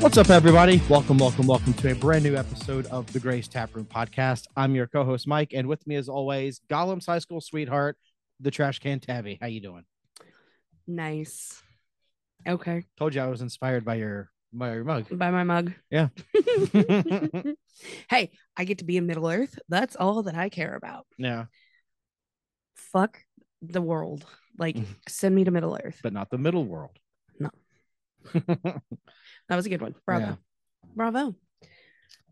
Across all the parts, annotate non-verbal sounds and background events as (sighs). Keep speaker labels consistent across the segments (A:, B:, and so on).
A: What's up, everybody? Welcome, welcome, welcome to a brand new episode of the Grace Taproom Podcast. I'm your co-host Mike, and with me, as always, Gollum's high school sweetheart, the trash can Tabby. How you doing?
B: Nice. Okay.
A: Told you I was inspired by your by your
B: (laughs)
A: mug.
B: Buy my
A: (laughs)
B: mug.
A: Yeah.
B: hey, I get to be in Middle Earth. That's all that I care about.
A: Yeah,
B: Fuck the world. Like,
A: Mhm.
B: send me to Middle Earth.
A: but not the middle world.
B: No. That was a good one. Bravo.
A: Yeah.
B: Bravo.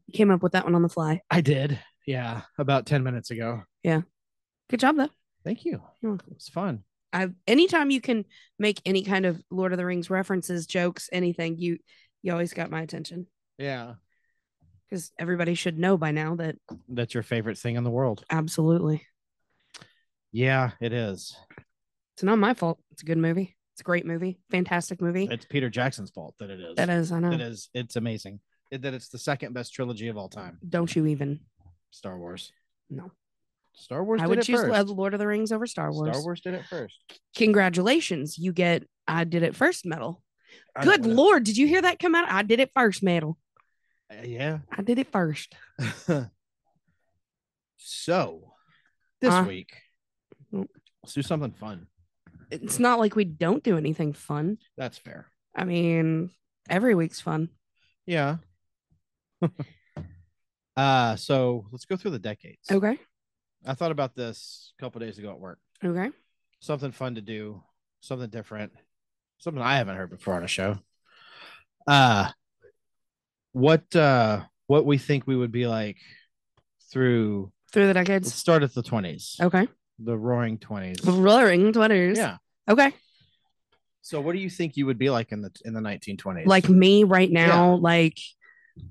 B: You came up with that one on the fly.
A: (laughs) I did. Yeah, about ten minutes ago.
B: Good job, though.
A: Thank you.
B: You're
A: It was fun.
B: I anytime you can make any kind of Lord of the Rings references, jokes, anything, you you always got my attention
A: Yeah,
B: because everybody should know by now that
A: that's your favorite thing in the world.
B: absolutely
A: Yeah, it is.
B: it's not my fault. It's a good movie. It's a great movie. Fantastic movie.
A: It's Peter Jackson's fault that it is.
B: That is, I know.
A: That is. It's amazing. It- that it's the second best trilogy of all time.
B: Don't you even?
A: Star Wars.
B: No.
A: Star Wars.
B: I
A: did
B: would
A: it
B: choose
A: first.
B: uh, Lord of the Rings over Star Wars.
A: Star Wars did it first.
B: Congratulations, you get I did it first medal.
A: I
B: Good
A: don't wanna-
B: lord, did you hear that come out? I did it first medal.
A: Uh, yeah.
B: I did it first.
A: so this
B: Uh.
A: week,
B: Mm.
A: let's do something fun.
B: It's not like we don't do anything fun.
A: That's fair.
B: I mean, every week's fun.
A: Yeah. (laughs) uh so let's go through the decades.
B: Okay.
A: I thought about this a couple days ago at work.
B: Okay.
A: Something fun to do, something different, something I haven't heard before on a show. Uh what uh what we think we would be like through
B: Through the
A: let's
B: decades.
A: start at the 20s.
B: Okay.
A: The roaring 20s.
B: Roaring twenties.
A: Yeah.
B: Okay.
A: So what do you think you would be like in the in the 1920s?
B: Like me right now, like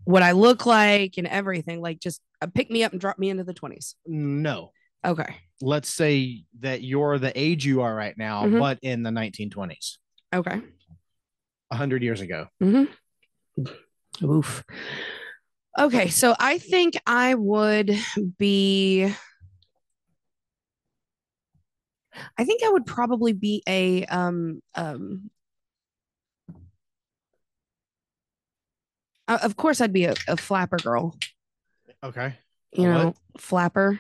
B: what I look like and everything. Like just uh, pick me up and drop me into the twenties.
A: no.
B: Okay.
A: Let's say that you're the age you are right now,
B: Mhm.
A: but in the 1920s,
B: Okay.
A: 100 years ago.
B: Mm-hmm. Oof. Okay, so I think I would be. I think I would probably be a um um. Uh, of course, I'd be a, a flapper girl.
A: Okay. Oh,
B: You
A: A what?
B: know, flapper,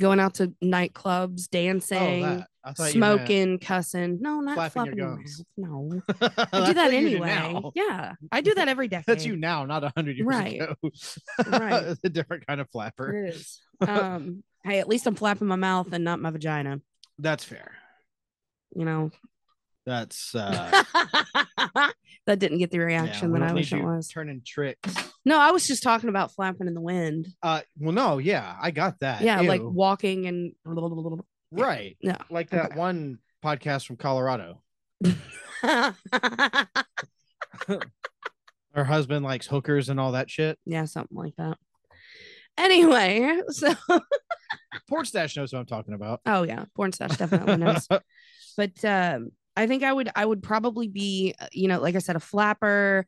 B: going out to nightclubs, dancing,
A: oh, that. I thought you meant- (laughs)
B: smoking, cussing. No, not
A: flapping your
B: flapping your
A: gums.
B: mouth. No. I
A: That's
B: do that
A: what you
B: anyway.
A: now.
B: yeah, I do that every day.
A: That's you now, not 100 years
B: Right.
A: ago.
B: Right.
A: (laughs) a different kind of flapper. (laughs)
B: It is. Um, hey, at least I'm flapping my mouth and not my vagina.
A: That's fair.
B: You know, (laughs)
A: That's uh
B: that didn't get the
A: yeah,
B: reaction
A: we
B: that
A: don't
B: I
A: need
B: wish it
A: you
B: was.
A: Turning tricks.
B: No, I was just talking about flapping in the wind.
A: Uh well no, yeah, I got that.
B: yeah, like
A: Ew.
B: walking and (laughs) blah, blah, blah, blah,
A: right.
B: Yeah.
A: Like that
B: Okay.
A: one podcast from Colorado.
B: blah.
A: Her husband likes hookers and all that shit.
B: yeah, something like that. Anyway, (laughs) so
A: Port Stash knows what I'm talking about.
B: oh yeah, porn stash definitely knows. but um i think i would i would probably be uh, you know like i said a flapper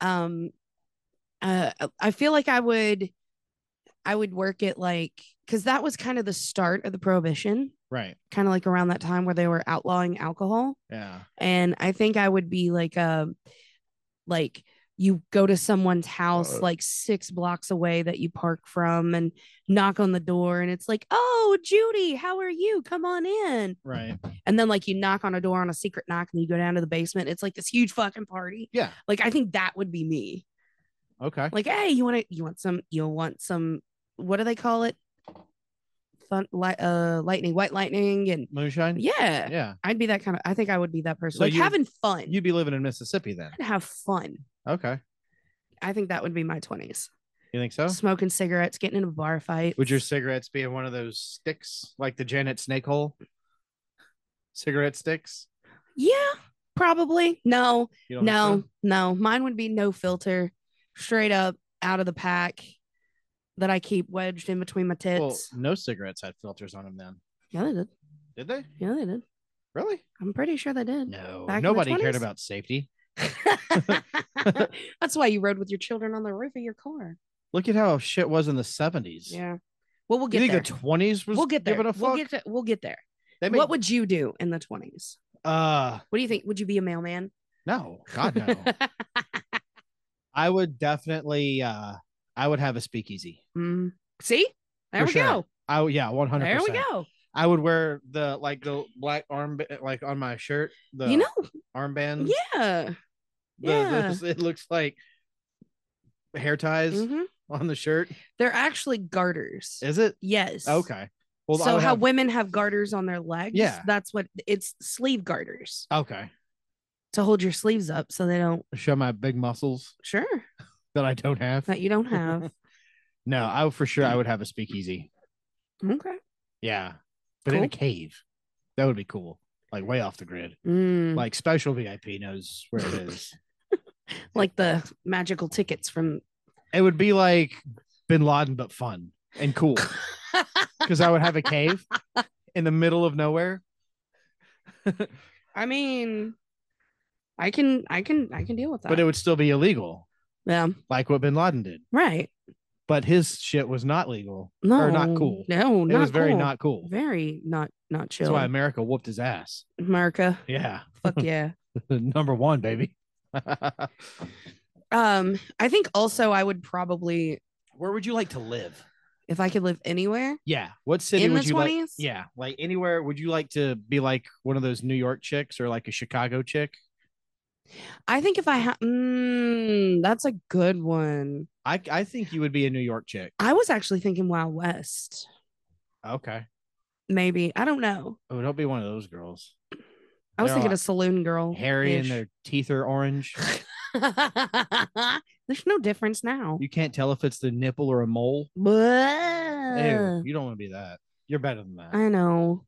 B: um uh i feel like i would i would work at like because that was kind of the start of the prohibition
A: right.
B: kind of like around that time where they were outlawing alcohol
A: Yeah.
B: and i think i would be like a like you go to someone's house like six blocks away that you park from and knock on the door and it's like oh judy how are you come on in
A: Right.
B: and then like you knock on a door on a secret knock and you go down to the basement. It's like this huge fucking party.
A: Yeah.
B: Like I think that would be me.
A: Okay.
B: Like, hey, you want to you want some you want some what do they call it? Fun light uh lightning, white lightning and
A: Moonshine.
B: yeah.
A: Yeah.
B: I'd be that kind of I think I would be that person.
A: So
B: like
A: you-
B: having fun. You
A: You'd be living in Mississippi then.
B: have fun.
A: Okay.
B: I think that would be my 20s.
A: You think so?
B: Smoking cigarettes, getting in a bar fight.
A: Would your cigarettes be in one of those sticks, like the Janet Snake Hole? Cigarette sticks?
B: Yeah, probably. No.
A: You think
B: No,
A: so?
B: no. Mine would be no filter, straight up out of the pack that I keep wedged in between my tits.
A: Well, no cigarettes had filters on them then.
B: yeah, they did.
A: Did they?
B: Yeah, they did.
A: Really?
B: I'm pretty sure they did.
A: No.
B: Back in the
A: Nobody cared
B: 20s?
A: about safety.
B: (laughs) That's why you rode with your children on the roof of your car.
A: Look at how shit was in the 70s.
B: Yeah. Well, we'll
A: You think
B: get there.
A: the 20s was
B: we'll get there.
A: giving a
B: We'll
A: fuck?
B: get, to, we'll get there.
A: They made,
B: what would you do in the 20s?
A: uh
B: (laughs) What do you think? Would you be a mailman?
A: no, God no. I would definitely uh I would have a speakeasy.
B: Mm. See, there
A: For
B: we
A: sure.
B: go.
A: I would- yeah, 100%.
B: There we go.
A: I would wear the like the black arm like on my shirt, the
B: you know,
A: armband.
B: yeah,
A: the-
B: yeah.
A: the- it looks like hair ties
B: Mhm.
A: on the shirt.
B: they're actually garters.
A: Is it?
B: yes.
A: Okay. I
B: so
A: would
B: how
A: have-
B: women have garters on their legs?
A: Yeah.
B: that's what it's sleeve garters
A: Okay.
B: to hold your sleeves up so they don't.
A: Show my big muscles
B: Sure,
A: that I don't have.
B: that you don't
A: (laughs)
B: have.
A: No, I would- for sure I would have a speakeasy.
B: okay.
A: Yeah. But in a
B: Cool.
A: cave. That would be cool. Like way off the grid.
B: Mm, like,
A: Like special VIP knows where it is.
B: the magical tickets from. (laughs)
A: it would be like Bin Laden but fun and cool because I would have a cave in the middle of nowhere.
B: I mean, I can, I can, I can deal with that.
A: But it would still be illegal,
B: yeah,
A: like what Bin Laden did.
B: right.
A: But his shit was not legal
B: No,
A: or not cool.
B: No,
A: it
B: not
A: was very
B: cool.
A: not cool.
B: very not not
A: That's
B: chill.
A: why America whooped his ass.
B: America,
A: Yeah, (laughs)
B: fuck yeah.
A: number one, baby. (laughs)
B: Um, I think also I would probably,
A: Where would you like to live?
B: if I could live anywhere
A: Yeah, what city
B: in the
A: would you like?
B: twenties,
A: Yeah, like anywhere. Would you like to be like one of those New York chicks or like a Chicago chick?
B: I think if I had, mm, that's a good one.
A: I I think you would be a New York chick.
B: I was actually thinking Wild West,
A: Okay.
B: maybe. I don't know.
A: Oh, don't be one of those girls.
B: I was
A: They're
B: thinking
A: all
B: a saloon girl.
A: Hairy uh, and
B: ish.
A: their teeth are orange.
B: (laughs)
A: (laughs)
B: There's no difference now.
A: You can't tell if it's the nipple or a mole. Ew,
B: Blah.
A: you don't want to be that. You're better than that.
B: I know.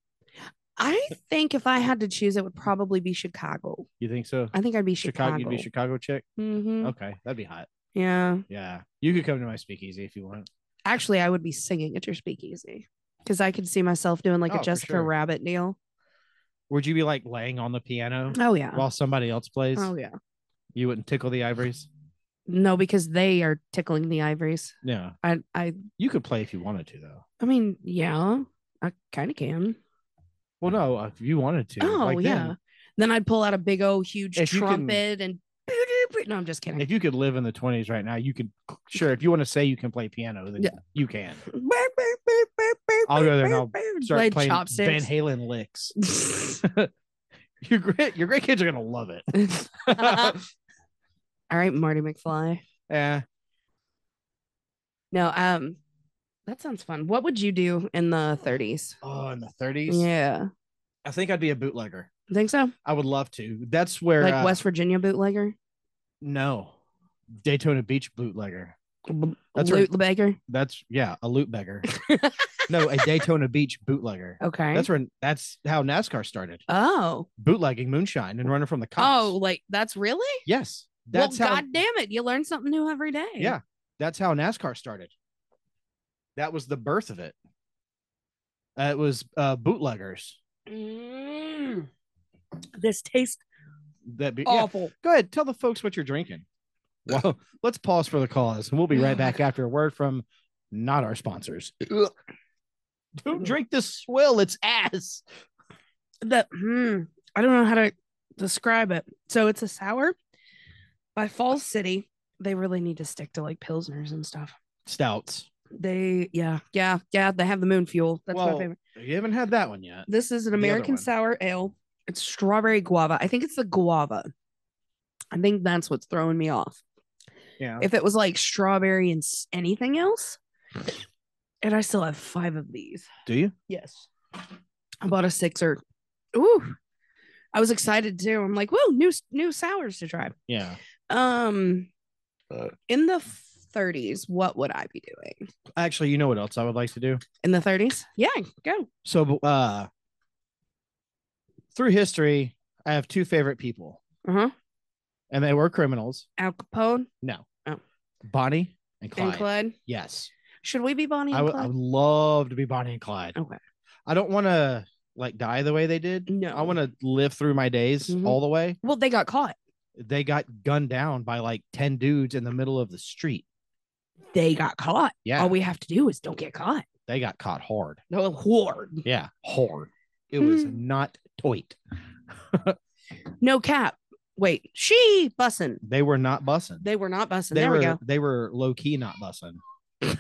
A: (laughs)
B: I think if I had to choose, it would probably be Chicago.
A: you think so?
B: I think I'd be
A: Chicago,
B: Chicago.
A: you'd be a Chicago chick.
B: Mhm.
A: Okay, that'd be hot.
B: Yeah.
A: Yeah, you could come to my speakeasy if you want.
B: Actually, I would be singing at your speakeasy because I could see myself doing like
A: Oh,
B: a
A: for
B: Jessica
A: sure.
B: Rabbit deal.
A: Would you be like laying on the piano
B: Oh, yeah.
A: while somebody else plays?
B: Oh, yeah.
A: You wouldn't tickle the ivories.
B: No, because they are tickling the ivories.
A: Yeah,
B: I, I,
A: you could play if you wanted to, though.
B: I mean, yeah, I kind of can.
A: Well, no, uh, if you wanted to.
B: oh
A: like
B: yeah.
A: then,
B: Then I'd pull out a big old huge
A: If you can-
B: trumpet and. (laughs) No, I'm just (laughs) kidding.
A: if you could live in the twenties right now, you could. Sure, if you want to say you can play piano, then
B: Yeah.
A: you can.
B: I'll
A: I'll go there and I'll Start
B: play
A: playing Van
B: chopsticks.
A: Halen licks. (laughs) your great your great kids are gonna love it.
B: (laughs) Uh-huh. All right, Marty McFly.
A: (laughs) yeah.
B: No, um, that sounds fun. What would you do in the 30s?
A: Oh, in the thirties.
B: Yeah,
A: I think I'd be a bootlegger.
B: think so.
A: I would love to. That's where
B: like
A: uh,
B: West Virginia bootlegger,
A: No. Daytona Beach bootlegger.
B: that's
A: that's where-
B: bootlegger.
A: That's yeah, a loot
B: (laughs)
A: beggar. no, a Daytona Beach bootlegger.
B: Okay.
A: That's where that's how NASCAR started.
B: oh,
A: Bootlegging moonshine and running from the cops.
B: oh, like that's really.
A: yes. That's
B: well,
A: how
B: God damn it, you learn something new every day.
A: Yeah. that's how NASCAR started. That was the birth of it. Uh, it was uh, bootleggers
B: Mm. This tastes
A: that be- yeah,
B: awful.
A: go ahead tell the folks what you're drinking well (laughs) let's pause for the cause and we'll be right back after a word from not our sponsors don't drink this swill it's ass
B: The mm, I don't know how to describe it. So it's a sour by Falls City. They really need to stick to like pilsners and stuff.
A: stouts
B: They yeah yeah yeah. They have the moon fuel. That's
A: Well-
B: my favorite.
A: you haven't had that one yet
B: This is an
A: the other
B: American
A: one.
B: sour ale. It's strawberry guava. I think it's the guava. I think that's what's throwing me off.
A: yeah
B: If it was like strawberry and s- anything else, and I still have five of these.
A: do you
B: Yes. I bought a sixer. Ooh. I was excited too. I'm like, whoa, new new sours to try.
A: yeah
B: Um
A: Uh.
B: in the 30s, what would I be doing?
A: actually you know what else i would like to do
B: In the 30s? Yeah, go.
A: so uh through history i have two favorite people
B: Uh-huh.
A: and they were criminals
B: Al Capone
A: no
B: Oh.
A: bonnie and clyde
B: and Clyde.
A: yes
B: Should we be Bonnie and
A: I would, I
B: Clyde?
A: would love to be Bonnie and Clyde.
B: Okay.
A: I don't want to like die the way they did.
B: no.
A: I want to live through my days
B: Mhm.
A: all the way.
B: Well, they got caught.
A: They got gunned down by like 10 dudes in the middle of the street.
B: They got caught.
A: Yeah.
B: All we have to do is don't get caught.
A: they got caught hard.
B: No horde.
A: Yeah.
B: Hmm.
A: Hard. It was not toit.
B: No cap. wait, she bussing.
A: They were not bussing.
B: They were not bussing.
A: They
B: there
A: were
B: we go.
A: they were low key not bussing. (laughs)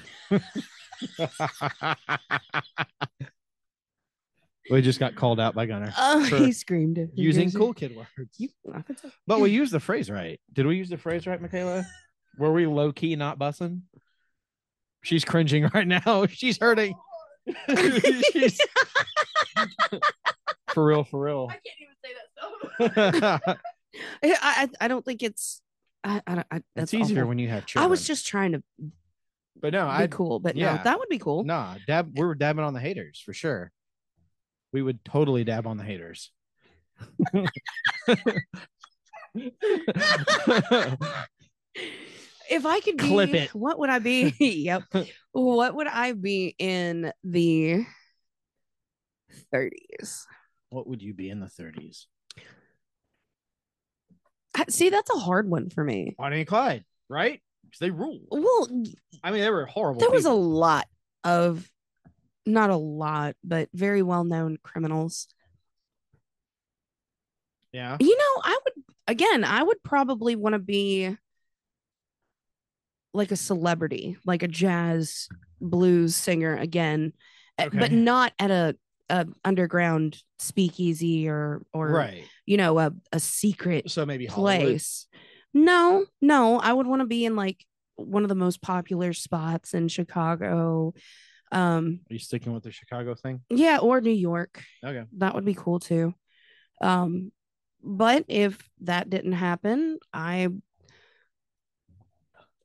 A: we just got called out by Gunner
B: Oh,
A: for
B: he screamed. at the
A: using
B: (laughs) music.
A: cool Oh. kid words.
B: You- I could tell.
A: But we used the phrase right. Did we use the phrase right, Michaela? Were we low key not bussing? She's cringing right now. (laughs) She's hurting. She's- (laughs) for real, for
B: (laughs)
A: real. (laughs)
C: can't even say that stuff.
A: it's
B: I, (laughs) I, I don't think it's. I, I, don't- I that's
A: easier
B: awful.
A: when you have children.
B: I was just trying to be
A: but no, I
B: cool, but
A: yeah.
B: no, that would be cool.
A: nah. Dab, we were dabbing on the haters for sure. We would totally dab on the
B: (laughs)
A: haters. (laughs)
B: If I could be,
A: Clip it.
B: what would
A: (laughs)
B: I be? (laughs) yep. What would I be in the 30s?
A: what would you be in the 30s?
B: I- See, that's a hard one for me.
A: Bonnie and Clyde, right? Because they rule.
B: Well,
A: I mean, they were horrible.
B: there was a
A: people.
B: lot of, not a lot, but very well known criminals.
A: yeah.
B: You know, I would, again, I would probably want to be like a celebrity, like a jazz blues singer again, uh, but
A: Okay.
B: not at a, a underground speakeasy or, or,
A: right.
B: you know, a, a secret
A: So maybe Hollywood.
B: place. No, no, I would want to be in like one of the most popular spots in Chicago. Um,
A: Are you sticking with the Chicago thing?
B: yeah, or New York.
A: Okay.
B: That would be cool too. Um, but if that didn't happen, I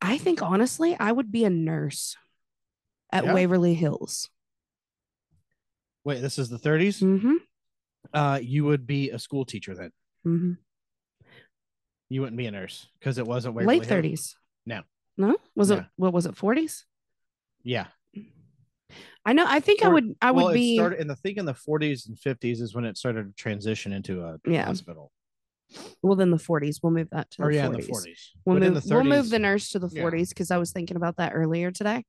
B: I think honestly, I would be a nurse at
A: Yeah.
B: Waverly Hills.
A: Wait, this is the 30s.
B: Mm-hmm.
A: Uh, you would be a school teacher then.
B: hmm
A: You wouldn't be a nurse because it wasn't Waverly
B: Late
A: Hills.
B: 30s.
A: No.
B: No? Was it
A: No.
B: what was it 40s?
A: Yeah.
B: I know. I think I
A: Or-
B: would. I would
A: well,
B: be.
A: It started, and I think in the 40s and 50s is when it started to transition into a
B: Yeah.
A: hospital.
B: well, then the 40s. We'll move that to the
A: Or yeah,
B: 40s.
A: in the 40s.
B: We'll
A: But in
B: move.
A: the
B: we'll move
A: 30s
B: the nurse to the
A: yeah.
B: 40s because I was thinking about that earlier today.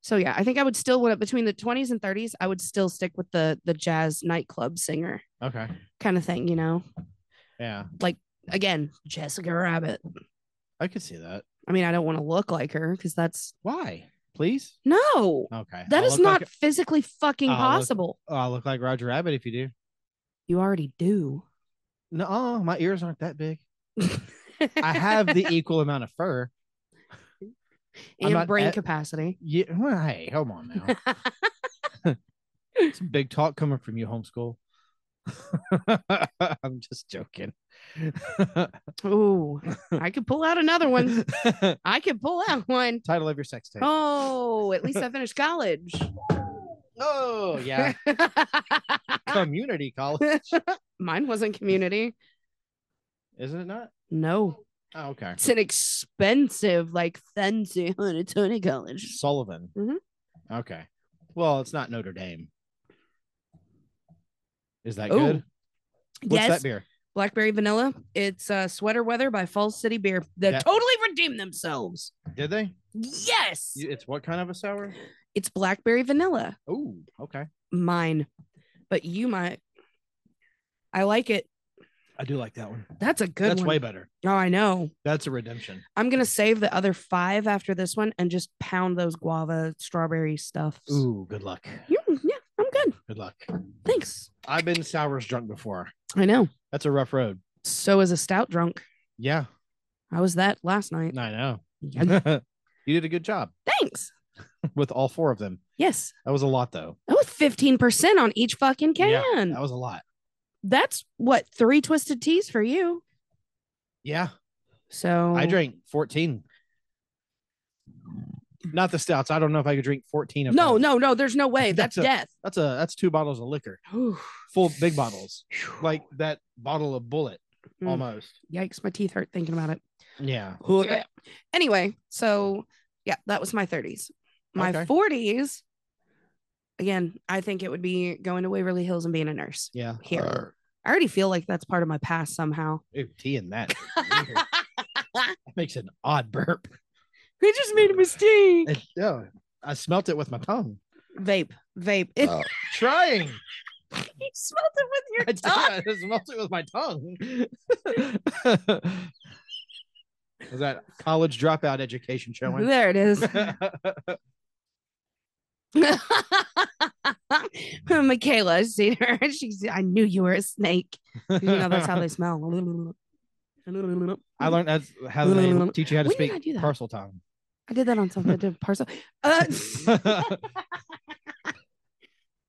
B: So yeah, I think I would still want between the 20s and 30s. I would still stick with the the jazz nightclub singer
A: Okay.
B: kind of thing. You know,
A: Yeah.
B: again, Jessica Rabbit.
A: I could see that.
B: I mean, I don't want to look like her because that's
A: Why? Please?
B: no.
A: Okay.
B: That
A: I'll
B: is
A: look
B: not
A: Like,
B: physically fucking
A: I'll look-
B: possible.
A: oh, I'll look like Roger Rabbit if you do.
B: You already do.
A: No, uh, my ears aren't that big.
B: (laughs)
A: I have the equal amount of fur. I'm
B: and
A: not e-,
B: brain
A: at-
B: capacity.
A: Yeah. Well, hey, come on now. Some big talk coming from you, homeschool. (laughs) I'm just joking. (laughs)
B: Ooh, I could pull out another one. I could pull out one.
A: Title of your sex tape.
B: Oh, at least I finished college.
A: Oh, yeah.
B: (laughs)
A: Community college.
B: Mine wasn't community.
A: Isn't it not?
B: No,
A: Oh, okay.
B: it's an expensive, like fancy (laughs) Tony college.
A: Sullivan.
B: Mhm.
A: Okay. Well, it's not Notre Dame. Is that
B: Ooh.
A: good? What's
B: yes,
A: that beer?
B: blackberry vanilla. It's uh, sweater weather by Falls City Beer. They
A: That-
B: totally redeemed themselves.
A: Did they?
B: Yes,
A: You- It's what kind of a sour?
B: it's blackberry vanilla.
A: Oh, okay.
B: Mine, but you might. I like it.
A: I do like that one.
B: That's a good
A: That's
B: one.
A: way better.
B: oh, I know.
A: That's a redemption.
B: I'm gonna save the other five after this one and just pound those guava strawberry stuffs.
A: Ooh, good luck.
B: Yeah, yeah, I'm good.
A: Good luck.
B: Thanks.
A: I've been sours drunk before.
B: I know.
A: That's a rough road.
B: So is a stout drunk.
A: Yeah,
B: I was that last night.
A: I know.
B: Yeah.
A: (laughs) you did a good job
B: Thanks.
A: with all four of them.
B: Yes.
A: That was a lot, though.
B: That was 15% on each fucking
A: Yeah,
B: can.
A: That was a lot.
B: That's what three twisted teas for you.
A: Yeah,
B: So
A: I drank 14. Not the stouts. I don't know if I could drink 14 of
B: No,
A: them.
B: no, no. There's no way.
A: (laughs)
B: That's,
A: That's a-
B: death.
A: That's a that's two bottles of liquor.
B: Whew.
A: Full big bottles.
B: Phew.
A: (sighs) Like that bottle of bullet
B: Mm.
A: almost.
B: Yikes. My teeth hurt thinking about it.
A: Yeah.
B: Anyway, so yeah, that was my 30s. My
A: Okay.
B: 40s, again, I think it would be going to Waverly Hills and being a nurse.
A: Yeah.
B: Here. I already feel like that's part of my
A: (laughs)
B: past somehow. (laughs)
A: Ooh, tea in that. Weird. That makes an odd burp. (laughs) oh,
B: We just made a mistake.
A: It, yeah, I smelt it with my tongue. Uh.
B: Vape, vape. It,
A: Trying.
B: you smelled it with
A: (laughs)
B: your
A: I did.
B: tongue.
A: I just smelled it with my tongue. (laughs) Was that college dropout education showing?
B: (laughs) There it is. Michaela, I've seen her. (laughs) She's, I knew you were a snake. You know, that's how they smell.
A: (laughs) I learned that's how
B: (laughs)
A: they teach you how to
B: When did I
A: speak
B: do that?
A: parcel
B: (laughs)
A: tongue.
B: I did that on something to parcel. Uh, (laughs) what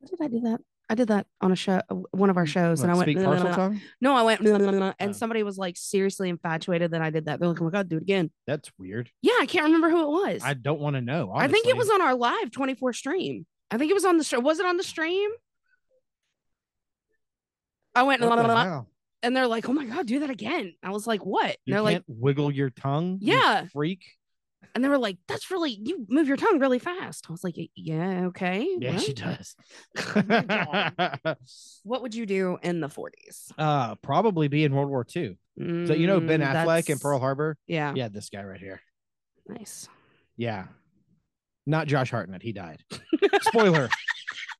B: did I do that? I did that on a show, one of our shows, and I went. (laughs)
A: speak parcel tongue.
B: No, I went. (laughs)
A: Oh.
B: And somebody was like seriously infatuated that I did that. They're like, "Oh my god, do it again."
A: That's weird.
B: Yeah, I can't remember who it was.
A: I don't want to know.
B: I think it was
A: honestly.
B: on our live 24 stream. I think it was on the stream. Was it on the stream? I went
A: What the
B: (laughs) "La-la-la-la,"
A: hell?
B: and they're like, "Oh my god, do that again!" I was like, "What?" And
A: You
B: they're
A: can't
B: like,
A: wiggle your tongue. you
B: Yeah.
A: freak.
B: and they were like, "That's really you move your tongue really fast." I was like, "Yeah, okay."
A: Yeah,
B: well."
A: she
B: (laughs)
A: does.
B: Oh What would you do in the 40s?
A: (laughs) uh, probably be in World War II. So you know Ben
B: Mm,
A: Affleck in
B: that's-
A: Pearl Harbor.
B: Yeah,
A: Yeah, this guy right here.
B: nice.
A: Yeah. Not Josh Hartnett. He
B: (laughs)
A: died. Spoiler.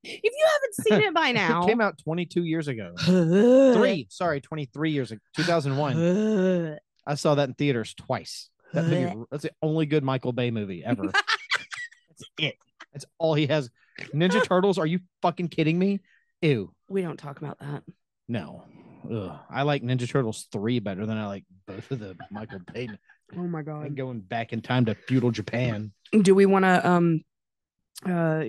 B: If you haven't seen it by now,
A: It (laughs) came out 22 years ago.
B: (sighs) three,
A: Three. Sorry, 23 years ago.
B: (sighs)
A: 2001. I saw that in theaters twice. That movie, that's the only good Michael Bay movie ever.
B: (laughs)
A: that's it. That's all he has. Ninja
B: (gasps)
A: Turtles. Are you fucking kidding me? Ew.
B: (laughs) We don't talk about that.
A: No. Ugh. I like Ninja Turtles 3 better than I like both of the Michael Bay.
B: Oh my
A: i
B: god.
A: going back in time to feudal Japan.
B: do we want to um uh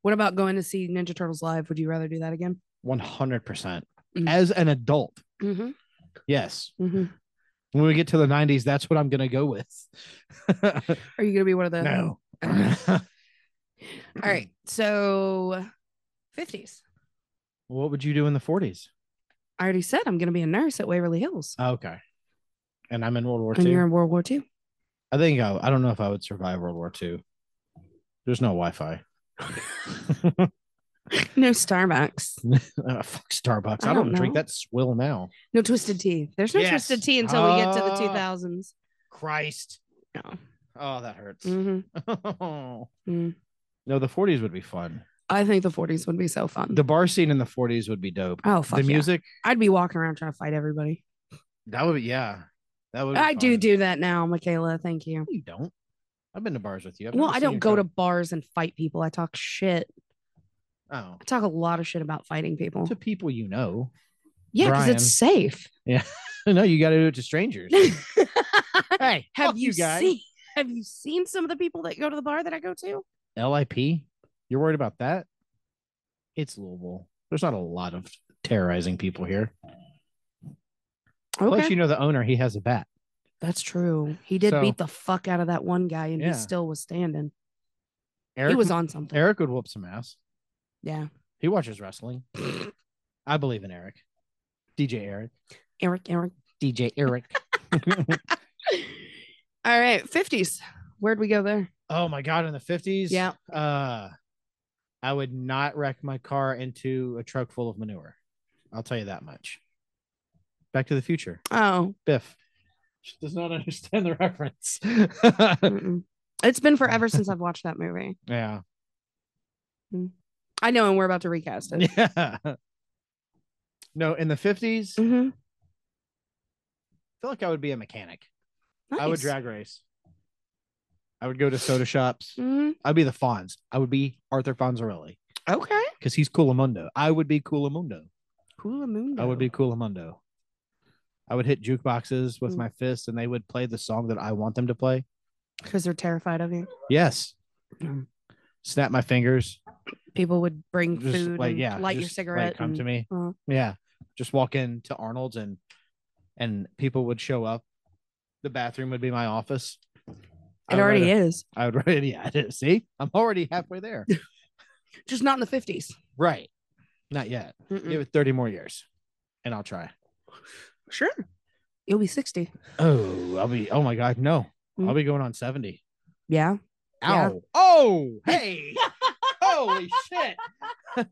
B: what about going to see ninja turtles live would you rather do that again
A: 100%. percent
B: Mm.
A: As an adult.
B: mm-hmm,
A: Yes.
B: mm-hmm.
A: When we get to the 90s, that's what I'm going to go
B: Uh,
A: with.
B: are you gonna be one of
A: (laughs)
B: the
A: no. (laughs)
B: all right (clears throat) so 50s
A: What would you do in the 40s?
B: i already said i'm gonna be a nurse at waverly hills
A: Okay. And I'm in Oh, World War
B: and you're
A: II.
B: in world war ii
A: I think I, I don't know if I would survive World War II. There's no Wi (laughs) Fi.
B: no starbucks
A: (laughs) Ah, fuck Starbucks.
B: I
A: I, don't,
B: don't
A: drink
B: know.
A: that swill now.
B: no twisted tea there's no
A: Yes.
B: twisted tea until we get to the
A: Ah.
B: 2000s
A: Christ.
B: no
A: Oh, that hurts. (laughs)
B: Mhm. Mm.
A: No, the 40s would be fun.
B: i think the 40s would be so fun
A: The bar scene in the 40s would be dope.
B: oh fuck
A: the
B: yeah.
A: music,
B: i'd be walking around trying to fight everybody
A: that would be, yeah. That would be
B: i do
A: fun.
B: do that now michaela thank you
A: No, You don't. I've been to bars with you. I've
B: well,
A: never
B: I
A: seen
B: don't
A: you
B: go to
A: try-
B: bars and fight people. I talk shit.
A: Oh,
B: I talk a lot of shit about fighting people.
A: to people you know. (laughs)
B: Yeah, because
A: Brian.
B: it's safe.
A: No, you got to do it to (laughs) strangers. hey,
B: have
A: fuck
B: you,
A: guys?
B: seen? Have you seen some of the people that go to the bar that I go to?
A: LIP? You're worried about that? It's Louisville. There's not a lot of terrorizing people here. Plus,
B: Okay,
A: you know the owner. He has a bat.
B: that's true. He did
A: So-
B: beat the fuck out of that one guy, and
A: Yeah.
B: he still was standing.
A: Eric,
B: he was on something.
A: Eric would whoop some ass.
B: yeah,
A: He watches
B: (laughs)
A: wrestling. I believe in Eric. DJ Eric.
B: Eric, Eric. (laughs)
A: DJ Eric.
B: All right, fifties. Where'd we go there?
A: (laughs) oh my god! In the fifties,
B: Yeah.
A: Uh, I would not wreck my car into a truck full of manure. I'll tell you that much. Back to the Future.
B: Oh,
A: Biff. She does not (laughs) understand the reference.
B: mm-mm. it's been forever since I've watched that movie.
A: (laughs) yeah.
B: I know, and we're about to recast it.
A: (laughs) Yeah. No, in the 50s, I
B: Mhm.
A: feel like I would be a mechanic. I would
B: Nice.
A: drag race. I would go to soda shops.
B: Mhm.
A: I'd be the Fonz. I would be Arthur Fonzarelli
B: Okay.
A: because he's Coolamundo. I would be Coolamundo.
B: Coolamundo.
A: I would be Coolamundo. I would hit jukeboxes with
B: Mm.
A: my fists and they would play the song that I want them to play.
B: because they're terrified of you.
A: Yes.
B: Mm.
A: Snap my fingers.
B: People would bring
A: Just
B: food,
A: like,
B: and
A: yeah.
B: light your
A: just, like,
B: cigarette.
A: come
B: and-
A: to me.
B: Uh-huh.
A: Yeah. Just walk into Arnold's and and people would show up. The bathroom would be my office. I
B: It
A: would
B: already
A: write a-
B: is,
A: I would write, (laughs) yeah, it is. See, I'm already halfway
B: (laughs)
A: there.
B: just not in the fifties.
A: right. Not yet.
B: Mm.
A: Give it 30 more years and I'll try.
B: Sure, you'll be sixty.
A: Oh, I'll be, oh my God. No, I'll
B: Mm.
A: be going on 70.
B: Yeah,
A: Ow.
B: Yeah.
A: Oh,
B: (laughs)
A: hey. Holy shit.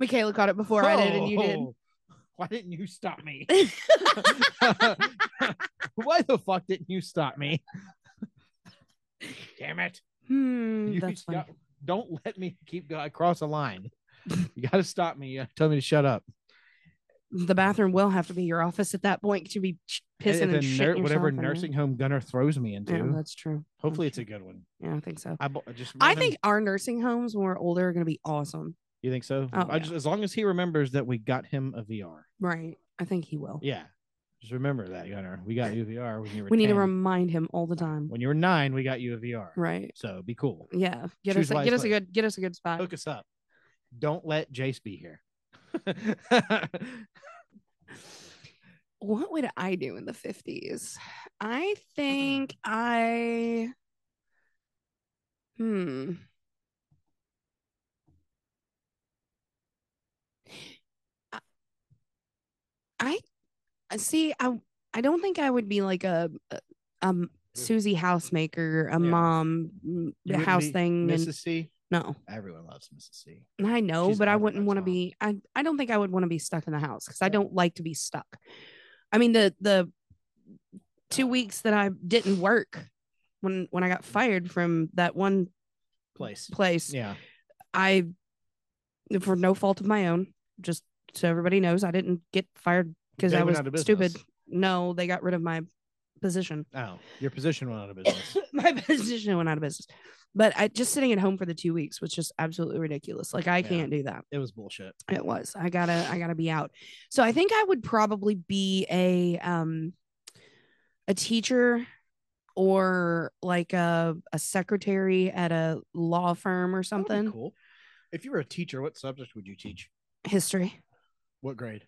B: Michaela caught it before I did, and you did.
A: Oh, Why didn't you stop
B: (laughs)
A: me? (laughs) Why the fuck didn't you stop me? Damn it.
B: Hmm,
A: You
B: Mm, that's
A: (laughs)
B: funny.
A: got- don't let me keep go- across a line. You got to stop me. You gotta tell me to shut up.
B: The bathroom will have to be your office at that point to be ch- pissing and,
A: the
B: shitting
A: ner-
B: yourself
A: whatever
B: in there.
A: nursing home Gunner throws me into.
B: Yeah, that's true.
A: Hopefully, it's a good one.
B: Yeah, I think so.
A: I bo- I just.
B: I
A: remember-
B: think our nursing homes when we're older are going to be awesome.
A: You think so?
B: Oh,
A: I
B: yeah.
A: just as long as he remembers that we got him a VR.
B: Right. I think he will.
A: Yeah, just remember that, Gunner. We got you a VR when you were.
B: we need to
A: 10.
B: remind him all the time.
A: When you were nine, we got you a VR.
B: Right.
A: So be cool.
B: Yeah. Get
A: Choose
B: us a, get us
A: wisely.
B: a good get us a good spot.
A: Hook us up. Don't let Jace be here. (laughs)
B: What would I do in the 50s?
A: Mm-hmm.
B: I think I hmm. I- I I see I I don't think I would be like a a- um Susie housemaker, a
A: Mm. Yeah.
B: mom mm, the
A: wouldn't
B: house
A: be
B: thing and
A: Mrs. C.
B: no.
A: Everyone loves Mrs. C.
B: I know,
A: She's
B: but I
A: everybody's
B: wouldn't want to
A: mom.
B: be. I I don't think I would want to be stuck in the house because I
A: Yeah.
B: don't like to be stuck. I mean the the two weeks that I didn't work when when I got fired from that one
A: Place.
B: place,
A: Yeah.
B: I for no fault of my own, just so everybody knows, I didn't get fired because
A: They
B: I
A: went
B: was
A: out of
B: stupid.
A: business.
B: No, they got rid of my position. (laughs)
A: Oh, your position went out of
B: (coughs)
A: business.
B: my position went out of business. But I just sitting at home for the two weeks was just absolutely ridiculous. Like I
A: Yeah.
B: can't do that.
A: it was bullshit.
B: it was i gotta i gotta be out so i think i would probably be a um a teacher or like a, a secretary at a law firm or
A: That would be
B: something
A: cool. If you were a teacher, what subject would you teach?
B: history
A: What grade?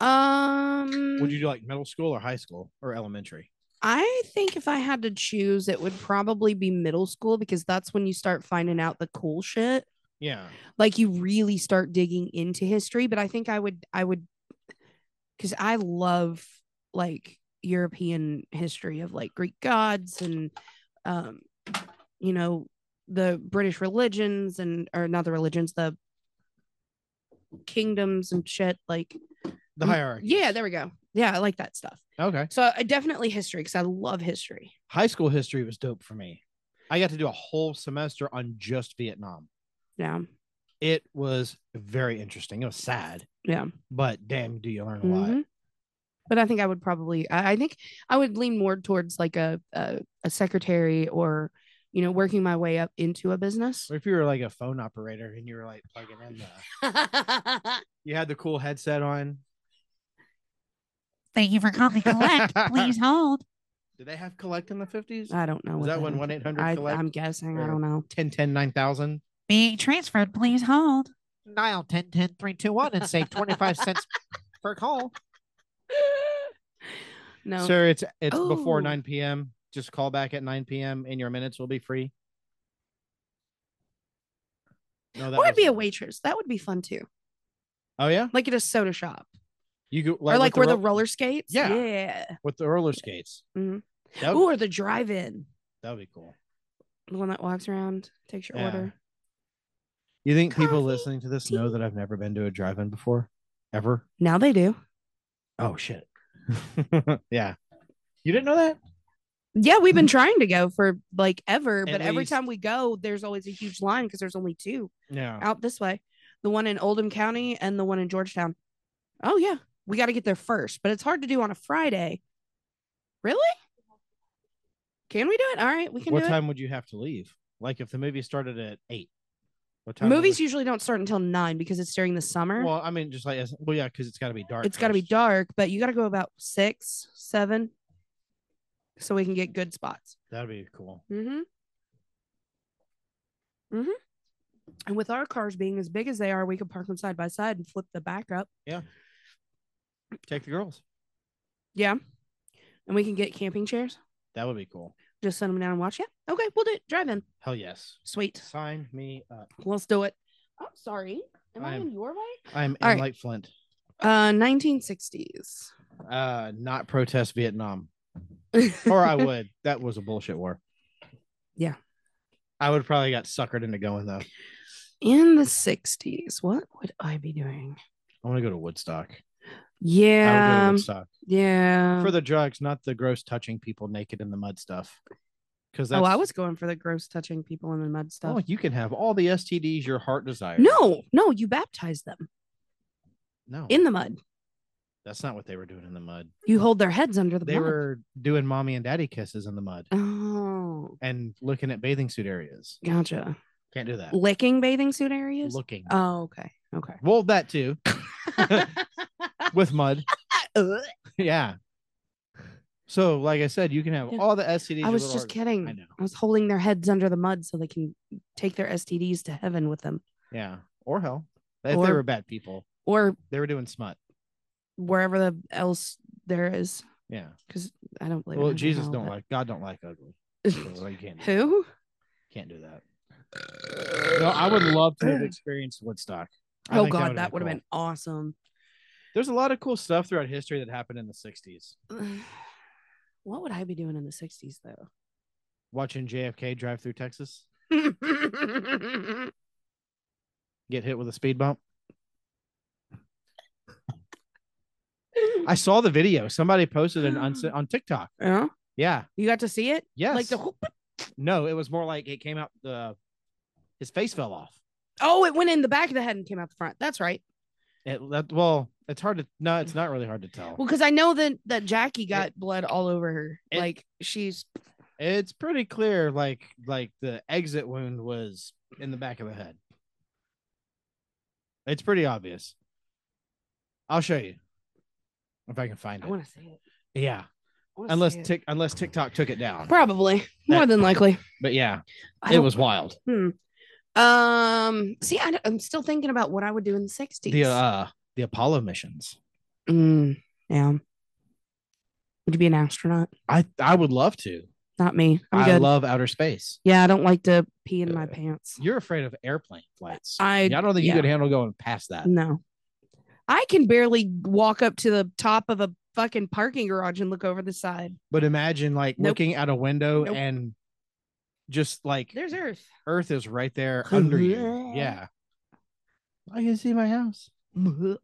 B: um
A: Would you do like middle school or high school or elementary?
B: i think if i had to choose it would probably be middle school because that's when you start finding out the cool shit
A: Yeah.
B: like you really start digging into history but i think i would i would because i love like european history of like greek gods and um you know the british religions and or not the religions the kingdoms and shit like
A: The
B: Mm,
A: hierarchy.
B: yeah there we go yeah i like that stuff
A: Okay.
B: so i definitely history because i love history
A: High school history was dope for me. I got to do a whole semester on just Vietnam.
B: yeah
A: It was very interesting. It was sad.
B: Yeah.
A: But damn, do you learn a lot?
B: Mhm. But I think I would probably, I, I think I would lean more towards like a, a a secretary or, you know, working my way up into a business.
A: Or if you were like a phone operator and you were like plugging in the, (laughs) you had the cool headset on.
C: Thank you for calling collect.
A: (laughs)
C: Please hold.
A: Did they have collect in the 50s?
B: I don't know.
A: Is
B: what
A: that when
B: is.
A: 1 800
B: I,
A: collect?
B: I'm guessing. I
A: or-
B: don't know. (laughs)
A: 10 10 9000?
C: Being transferred. Please
B: (laughs)
C: hold.
A: Dial 10 10 321 and save 25 cents per call.
B: No.
A: Sir, it's it's
B: Oh.
A: before 9 p.m. Just call back at 9 p.m. and your minutes will be free. No, that
B: or I'd
A: was
B: be a
A: the-
B: waitress. That would be fun too.
A: Oh yeah,
B: Like at a soda shop
A: you go
B: or like where the
A: ro-
B: roller skates.
A: Yeah.
B: Yeah.
A: with the roller skates.
B: Mhm.
A: That
B: Ooh,
A: would
B: or the drive in,
A: that would be cool.
B: the one that walks around, takes your
A: Yeah.
B: order.
A: You think people
B: Coffee,
A: listening to this know
B: tea.
A: that I've never been to a drive-in before, ever?
B: Now they do.
A: Oh shit. (laughs) yeah, you didn't know that?
B: Yeah, we've been trying to go for like ever,
A: Mm-hmm. At
B: but every
A: least-
B: time we go, there's always a huge line because there's only two
A: Yeah.
B: out this way the one in Oldham County and the one in Georgetown. Oh, yeah, we got to get there first, but it's hard to do on a Friday. Really? Can we do it? All right, we can
A: What
B: do
A: time would you have to leave? Like if the movie started at eight, what
B: it.
A: would
B: Movies
A: we-
B: usually don't start until nine because it's during the summer.
A: Well, I mean, just like as- well, yeah, because it's got to be dark.
B: it's got to be
A: first.
B: dark, but you got to go about six, seven so we can get good spots.
A: That'd be cool.
B: Mm-hmm. Mm-hmm. And with our cars being as big as they are, we could park them side by side and flip the back up.
A: Take the girls.
B: Yeah. And we can get camping chairs.
A: That would be cool.
B: Just send them down and watch. Yeah. Okay, we'll do it. Drive in.
A: Hell yes.
B: Sweet.
A: Sign me up.
B: Let's do it. I'm sorry. Am I
A: I'm-
B: in your way?
A: I'm in
B: All right.
A: like Flint.
B: Uh 1960s.
A: Uh, not protest Vietnam, or
B: (laughs)
A: I would. That was a bullshit war.
B: Yeah.
A: I would probably got suckered into going though. I
B: in the 60s. What would I be doing?
A: want to go to Woodstock. I would go to
B: Yeah. um, uh,
A: Woodstock
B: Yeah.
A: for the drugs, not the gross touching people naked in the mud stuff. Because that's
B: Oh, I was going for the gross touching people in the mud stuff.
A: Oh, you can have all the STDs your heart desires.
B: no, no, you baptize them
A: no,
B: in the mud.
A: that's not what they were doing in the mud.
B: You hold their heads under the
A: They
B: mud.
A: were doing mommy and daddy kisses in the mud
B: Oh,
A: and looking at bathing suit areas.
B: gotcha.
A: Can't do that.
B: Licking bathing suit areas.
A: Looking.
B: Oh, okay, okay.
A: well, that too with mud. (laughs)
B: Ugh.
A: yeah. So, like I said, you can have
B: Yeah.
A: all the STDs.
B: I
A: your
B: was
A: little
B: just
A: heart-
B: kidding.
A: I know.
B: I was holding their heads under the mud so they can take their STDs to heaven with them
A: Yeah. Or hell. If they
B: Or-
A: were bad people,
B: or
A: they were doing smut.
B: wherever the else there is.
A: Yeah.
B: I don't believe. in
A: Well,
B: heaven,
A: Jesus
B: hell,
A: don't
B: but-
A: like God don't like
B: (laughs)
A: ugly. So you can't do,
B: Who?
A: can't do that. No, I would love to have
B: (clears throat)
A: experienced Woodstock. I
B: oh
A: think
B: God,
A: would've
B: that
A: been
B: would have
A: cool.
B: been awesome. (sighs)
A: There's a lot of cool stuff throughout history that happened in the '60s.
B: What would I be doing in the '60s
A: (laughs)
B: though?
A: Watching JFK drive through Texas, get hit with a speed bump. I saw the video. Somebody posted it on
B: (gasps)
A: on TikTok.
B: yeah,
A: Yeah.
B: you got to see it.
A: Yes.
B: Like the whoop-
A: no, it was more like it came out the his face fell off.
B: (laughs) oh, it went in the back of the head and came out the front. That's right.
A: It that, well, it's hard to no, it's not really hard to tell.
B: Well, because I know that that Jackie got blood all over her.
A: it-
B: like she's
A: It's pretty clear, like like the exit wound was in the back of the head. It's pretty obvious. I'll show you if I can find
B: I
A: it.
B: want to see it.
A: yeah,
B: I wanna
A: unless
B: see it.
A: tick unless TikTok took it down,
B: probably more
A: That- (laughs)
B: than likely.
A: but yeah,
B: I
A: it
B: don't-
A: was wild.
B: Um. See, I, am still thinking about what I would do in the '60s.
A: The uh the Apollo missions.
B: Mm, yeah. Would you be an astronaut?
A: I I would love to.
B: Not me. I'm
A: I
B: good.
A: love outer space.
B: yeah, I don't like to pee in my
A: Uh,
B: pants.
A: You're afraid of airplane flights.
B: I-
A: I don't think
B: yeah.
A: you could handle going past that.
B: No. I can barely walk up to the top of a fucking parking garage and look over
A: (laughs)
B: the side.
A: But imagine like
B: Nope.
A: looking out a window
B: Nope.
A: and just like (laughs)
B: There's Earth.
A: Earth is right there under you.
B: Bleh.
A: Yeah. I can see my house.
B: nope.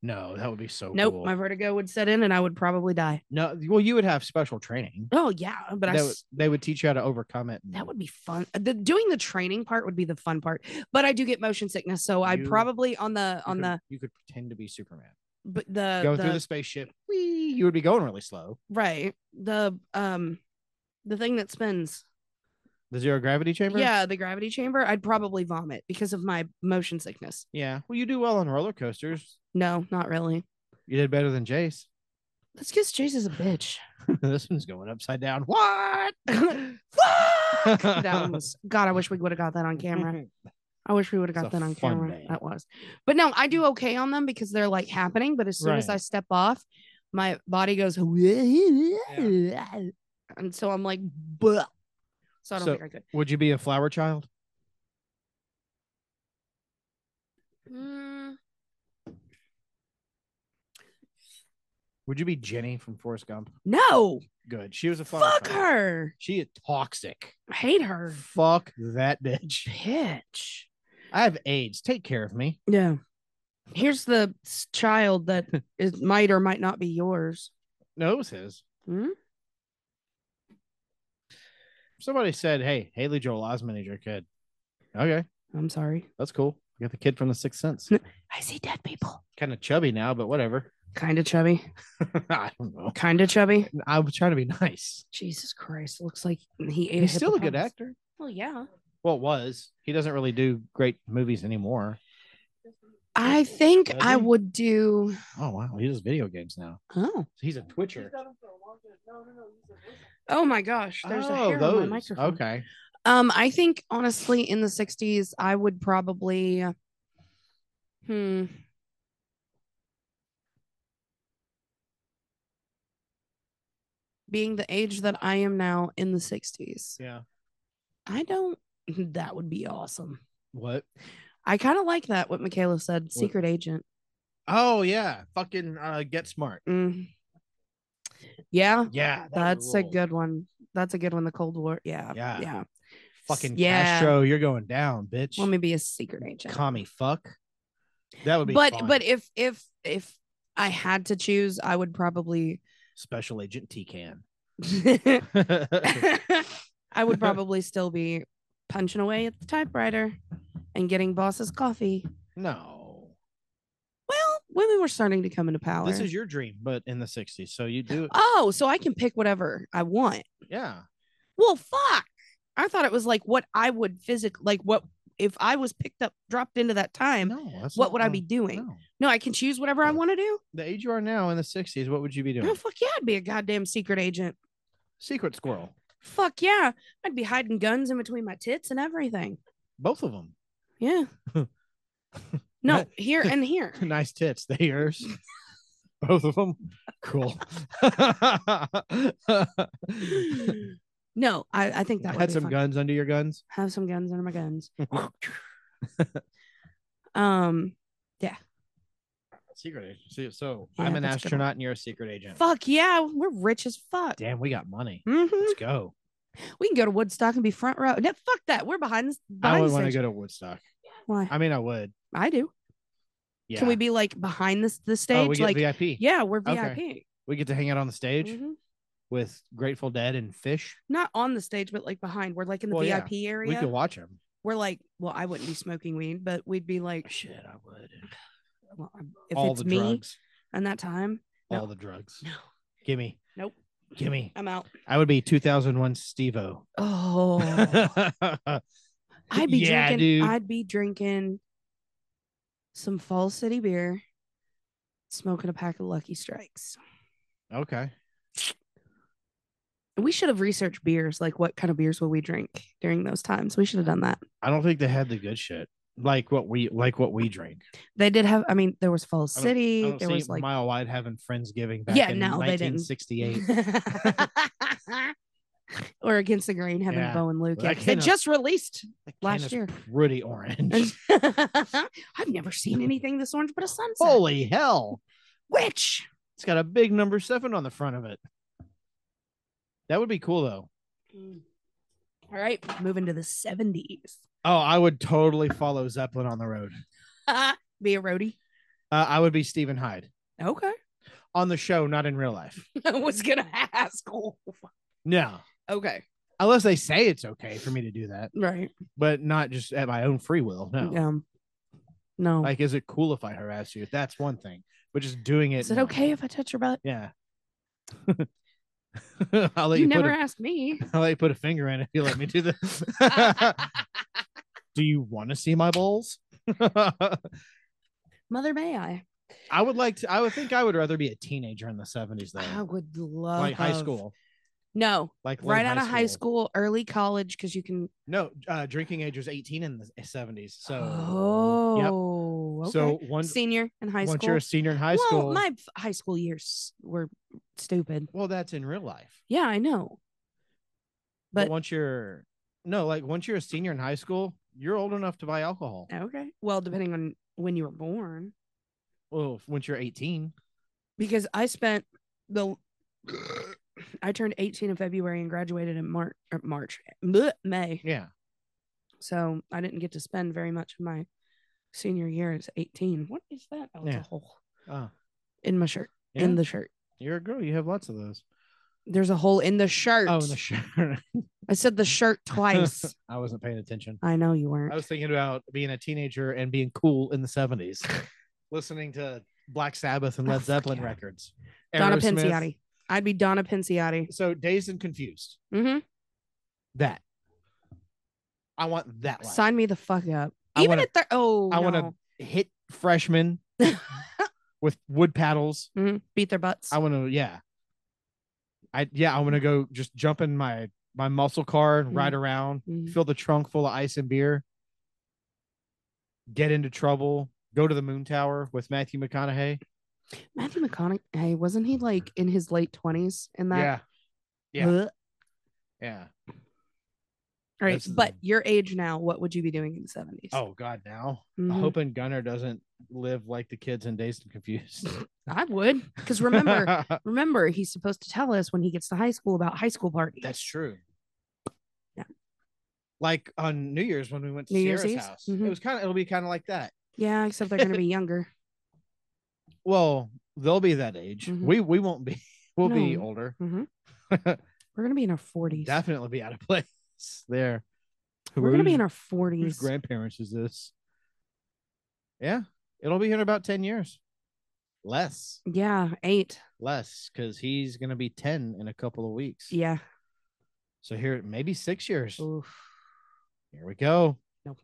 A: No, that would be so cool.
B: My vertigo would set in and I would probably die.
A: no, well, you would have special training.
B: Oh yeah, but I
A: They
B: s-
A: would- they would teach you how to overcome it.
B: that would be fun. The, doing the training part would be the fun part, but I do get motion sickness, so I
A: You-
B: probably on the on the
A: you could pretend to be Superman.
B: but the,
A: Go
B: the
A: through the spaceship. Whee, you would be going really slow.
B: right the um the thing that spins.
A: The zero gravity chamber.
B: Yeah, the gravity chamber. I'd probably vomit because of my motion sickness.
A: Yeah. Well, you do well on roller coasters.
B: No, not really.
A: You did better than Jace. (laughs)
B: That's because Chase is a bitch.
A: this one's going upside down.
B: (laughs)
A: What?
B: Fuck! (laughs) that
A: (laughs)
B: one was God. I wish we would have got that on camera. I wish we would have
A: It's
B: got
A: a
B: that on
A: fun
B: camera.
A: day.
B: That was. But no, I do okay on them because they're like happening. But as soon as
A: Right.
B: I step off, my body goes, (laughs) and so I'm like, Bleh. so I don't
A: So-
B: think I could.
A: Would you be a flower child?
B: Mm,
A: Would you be Jenny from Forrest Gump?
B: no,
A: Good. She was a flower
B: fuck
A: child.
B: her.
A: She is toxic.
B: I hate her.
A: Fuck that bitch.
B: Bitch.
A: I have AIDS. Take care of me.
B: Yeah. Here's the s- child (laughs) that is might or might not be yours.
A: No, it was his.
B: Hmm?
A: Somebody said, "Hey, Haley Joel Osment is your kid." Okay,
B: I'm sorry.
A: that's cool. You got the kid from The Sixth
B: (laughs)
A: Sense.
B: I see dead people.
A: kind of chubby now, but whatever. (laughs)
B: Kind of chubby.
A: I don't know.
B: Kind of chubby.
A: I was trying to be nice.
B: Jesus Christ. Looks like he ate
A: He's still a good
B: hippopotamus.
A: actor.
B: Well, yeah.
A: Well, was he doesn't really do great movies anymore.
B: I think
A: Does
B: I
A: he?
B: would do.
A: Oh wow, he does video games now.
B: Oh.
A: He's a twitcher.
B: Oh my gosh. There's a hair on my microphone.
A: Okay.
B: Um, I think honestly, in the '60s, I would probably. Hmm. Being the age that I am now in the '60s,
A: Yeah.
B: I don't. (laughs) That would be awesome.
A: What?
B: I kind of like that. What Michaela said, secret agent.
A: Oh yeah, fucking uh, get smart.
B: Mm. Yeah,
A: Yeah, that would
B: that's a
A: rule.
B: good one. That's a good one. The Cold War. Yeah.
A: Yeah.
B: Yeah.
A: fucking
B: yeah.
A: Castro. You're going down, bitch.
B: Let me be a secret agent.
A: Commie fuck. That would be.
B: but
A: fun.
B: but if if if I had to choose, I would probably (laughs)
A: Special Agent T can.
B: I (laughs) I would probably still be punching away at the typewriter and getting boss's coffee.
A: (laughs) No.
B: Well, women were starting to come into power.
A: This is your dream, but in the 60s. So you do
B: oh, so I can pick whatever I want.
A: yeah.
B: Well, fuck. I thought it was like what I would physically, like what if I was picked up, dropped into that time,
A: No, that's
B: what
A: not
B: would I
A: wrong.
B: be doing?
A: No.
B: No, I can choose whatever I
A: Yeah.
B: want to do.
A: The age you are now in the 60s, what would you be doing?
B: Oh, fuck yeah. I'd be a goddamn secret agent.
A: Secret squirrel.
B: Fuck yeah. I'd be hiding guns in between my tits and everything.
A: Both of them.
B: Yeah. No, (laughs) here
A: (laughs)
B: and here.
A: (laughs) nice tits. They
B: (laughs)
A: yours. Both of them. Cool. (laughs)
B: No, I, I think that would
A: Had
B: be
A: some
B: fun.
A: guns under your
B: (laughs)
A: guns.
B: have some guns under my guns. um,
A: Secret agent. See, So
B: Yeah,
A: I'm an
B: that's a good one.
A: astronaut and you're a secret agent.
B: fuck yeah, we're rich as fuck.
A: Damn, we got money.
B: Mhm.
A: Let's go.
B: We can go to Woodstock and be front row. No, fuck that. We're behind. the-
A: I
B: behind
A: would
B: the
A: want to
B: stage.
A: go to Woodstock.
B: Why?
A: I mean, I would.
B: I, do.
A: Yeah.
B: Can we be like behind this the
A: Oh,
B: stage?
A: we get
B: like,
A: VIP.
B: yeah, we're
A: Okay.
B: VIP.
A: We get to hang out on the stage
B: Mhm.
A: with Grateful Dead and Fish.
B: Not on the stage, but like behind. We're like in the
A: Well, yeah.
B: VIP area.
A: We could watch them.
B: We're like, well, I wouldn't be smoking weed, but we'd be like,
A: Shit, I would.
B: well, I'm- if
A: All
B: it's
A: the
B: me
A: drugs.
B: and that time, No.
A: All the drugs.
B: No.
A: Gimme.
B: Nope. Oh.
A: Gimme.
B: I'm out.
A: I would be 2001 Stevo.
B: Oh. (laughs) I'd be
A: Yeah,
B: drinking.
A: dude.
B: I'd be drinking some Fall City beer, smoking a pack of Lucky Strikes.
A: (laughs) okay.
B: We should have researched beers, like what kind of beers will we drink during those times. We should have done that.
A: I don't think they had the good shit. Like what we like what we drink.
B: They did have. I mean, there was Fall
A: I don't- I
B: City.
A: don't
B: there
A: see
B: was like.
A: Mile Wide having Friendsgiving back
B: Yeah,
A: in
B: no, they didn't. (laughs)
A: 1968.
B: or against the grain, having
A: Yeah.
B: Bo and Luke.
A: That
B: It
A: can of- (laughs)
B: just released.
A: That
B: Last
A: can is
B: year.
A: Pretty orange.
B: (laughs) I've never seen anything this orange but a sunset.
A: Holy hell.
B: Which
A: It's got a big number seven on the front of it. That would be cool though.
B: Mm. All right, moving to the 70s.
A: Oh, I would totally follow Zeppelin on the road.
B: Be a roadie.
A: Uh, I would be Stephen Hyde
B: Okay.
A: on the show, not in real
B: (laughs)
A: life.
B: I was going to ask.
A: No,
B: Okay.
A: unless they say it's okay for me to do that,
B: Right.
A: but not just at my own free will. No,
B: Um, no.
A: like, is it cool if I harass you? That's one thing, but just doing it.
B: Is it
A: no.
B: okay if I touch your butt?
A: Yeah. (laughs) I'll let
B: You,
A: you,
B: never
A: put a,
B: asked me.
A: I'll let you put a finger in if you let me do
B: (laughs)
A: that. do you want to see my balls? (laughs)
B: Mother, may I?
A: I would like to. I would think I would rather be a teenager in the seventies though,
B: I would love.
A: like Uh, high school,
B: No,
A: like late
B: right out of high school, early college, because you can.
A: No, uh, drinking age was eighteen in the seventies. So,
B: oh, okay.
A: so once
B: senior in high
A: once
B: school.
A: you're a senior in high
B: well,
A: school,
B: my f- high school years were stupid.
A: well, that's in real life.
B: Yeah, I know.
A: But,
B: But-
A: once you're no, like once you're a senior in high school, you're old enough to buy alcohol.
B: Okay. Well, depending on when you were born,
A: Well, if- once you're eighteen,
B: because I spent the I turned 18 in February and graduated in March, March, bleh, May.
A: yeah,
B: So I didn't get to spend very much of my senior year as 18. What is that alcohol
A: oh,
B: in my shirt?
A: yeah.
B: In the shirt.
A: you're a girl. You have lots of those.
B: There's a hole in the shirt.
A: Oh, in the (laughs) shirt.
B: I said the shirt
A: (laughs)
B: twice.
A: I wasn't paying attention.
B: I know you weren't.
A: I was thinking about being a teenager and being cool in the (laughs) seventies, listening to Black Sabbath and
B: Oh,
A: Led
B: fuck
A: Zeppelin
B: yeah.
A: records.
B: Donna
A: Aerosmith.
B: Pinciotti. I'd be Donna Pinciotti.
A: So dazed and confused.
B: hmm
A: That. I want that. Life.
B: Sign me the fuck up.
A: I
B: Even
A: wanna-
B: at the oh,
A: I
B: no.
A: wanna- hit
B: (laughs)
A: freshmen with wood paddles.
B: Mhm. beat their butts.
A: I want to, yeah. I yeah, I want to go just jump in my my muscle car and ride around,
B: Mhm.
A: fill the trunk full of ice and beer, get into trouble, go to the moon tower with Matthew McConaughey.
B: Matthew McConaughey wasn't he like in his late twenties in that?
A: yeah, yeah.
B: Ugh.
A: yeah.
B: All right,
A: That's the-
B: but your age now, what would you be doing in the seventies?
A: Oh God, now I'm
B: Mhm.
A: hoping Gunner doesn't live like the kids in Dazed and
B: (laughs)
A: Confused.
B: I would,
A: (laughs)
B: because remember, remember, he's supposed to tell us when he gets to high school about high school parties.
A: That's true.
B: Yeah.
A: Like on New Year's when we went to
B: New Year's
A: Sierra's
B: Eve?
A: house,
B: Mhm.
A: it was kind of it'll be kind of like that.
B: yeah, except they're
A: (laughs)
B: gonna be younger.
A: Well, they'll be that age.
B: Mhm.
A: We we won't be. (laughs) We'll be
B: No.
A: older.
B: Mhm. We're gonna be in our forties.
A: Definitely be out of (laughs) place. It's there.
B: We're gonna be
A: Who's-
B: in our
A: Whose
B: forties.
A: grandparents is this? Yeah, it'll be here in about 10 years. Less,
B: Yeah, eight.
A: less, because he's going to be 10 in a couple of weeks.
B: Yeah.
A: So here, maybe six years.
B: Oof.
A: Here we go.
B: Nope.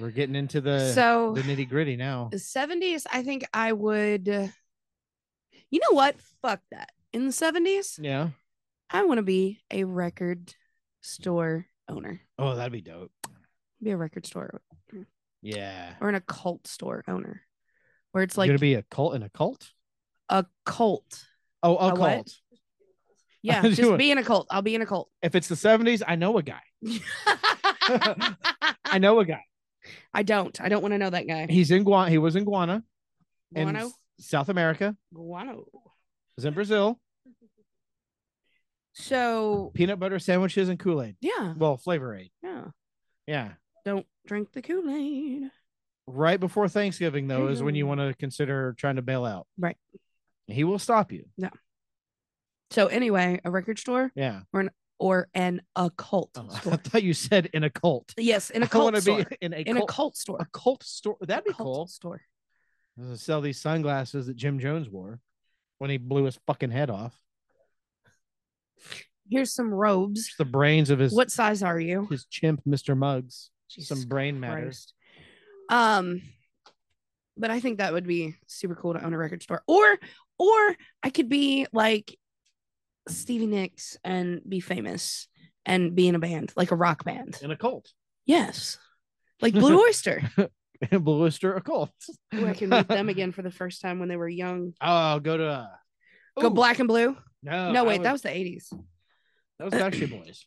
A: We're getting into the,
B: so
A: the nitty gritty now.
B: Uh, the seventies, I think I would. You know what? Fuck that. In the seventies,
A: Yeah.
B: I want to be a record store owner.
A: Oh, that'd be dope.
B: Be a record store
A: Yeah.
B: or an occult store owner, where it's
A: Like,
B: like
A: You're going to be a cult in a cult?
B: a
A: (laughs)
B: cult.
A: Oh, a,
B: A what?
A: cult.
B: Yeah,
A: was
B: just
A: doing-
B: be in a cult. I'll be in
A: (laughs)
B: a cult. (laughs)
A: If it's the 70s, I know a guy.
B: Ah.
A: I know a guy.
B: I don't. I don't want to know that guy.
A: He's in Guan. He was in Guana, in
B: Guano.
A: S- South America.
B: Guano.
A: was in Brazil.
B: So
A: Peanut butter sandwiches and Kool Aid.
B: yeah,
A: Well, Flavor Aid.
B: yeah.
A: Yeah.
B: Don't drink the Kool Aid.
A: Right before Thanksgiving, though, is when you
B: Mhm.
A: want to consider trying to bail out.
B: Right.
A: He will stop you.
B: So anyway, a record store
A: Yeah.
B: or an occult
A: Oh, (laughs) I
B: store.
A: thought you said in a cult.
B: Yes, in a
A: (laughs) I want
B: cult
A: to
B: store.
A: be in a
B: in
A: cult,
B: a cult store.
A: a cult store. That'd be
B: Cult
A: cool.
B: store.
A: Uh, Sell these sunglasses that Jim Jones wore when he blew his fucking head off.
B: Here's some robes.
A: It's the brains of his
B: What size are you?
A: his chimp, Mr. Muggs.
B: Jesus
A: Some brain matter.
B: Christ. Um, but I think that would be super cool to own a record store, or or I could be like Stevie Nicks and be famous and be in a band, like a rock band.
A: In a cult. (laughs)
B: Yes, like Blue Oyster,
A: Blue Oyster, a cult.
B: where I can meet them again for the first time when they were young.
A: (laughs) Oh, go to uh,
B: Go
A: ooh,
B: Black and Blue.
A: No,
B: no,
A: I
B: wait,
A: would-
B: that was the '80s.
A: That was Backstreet Boys.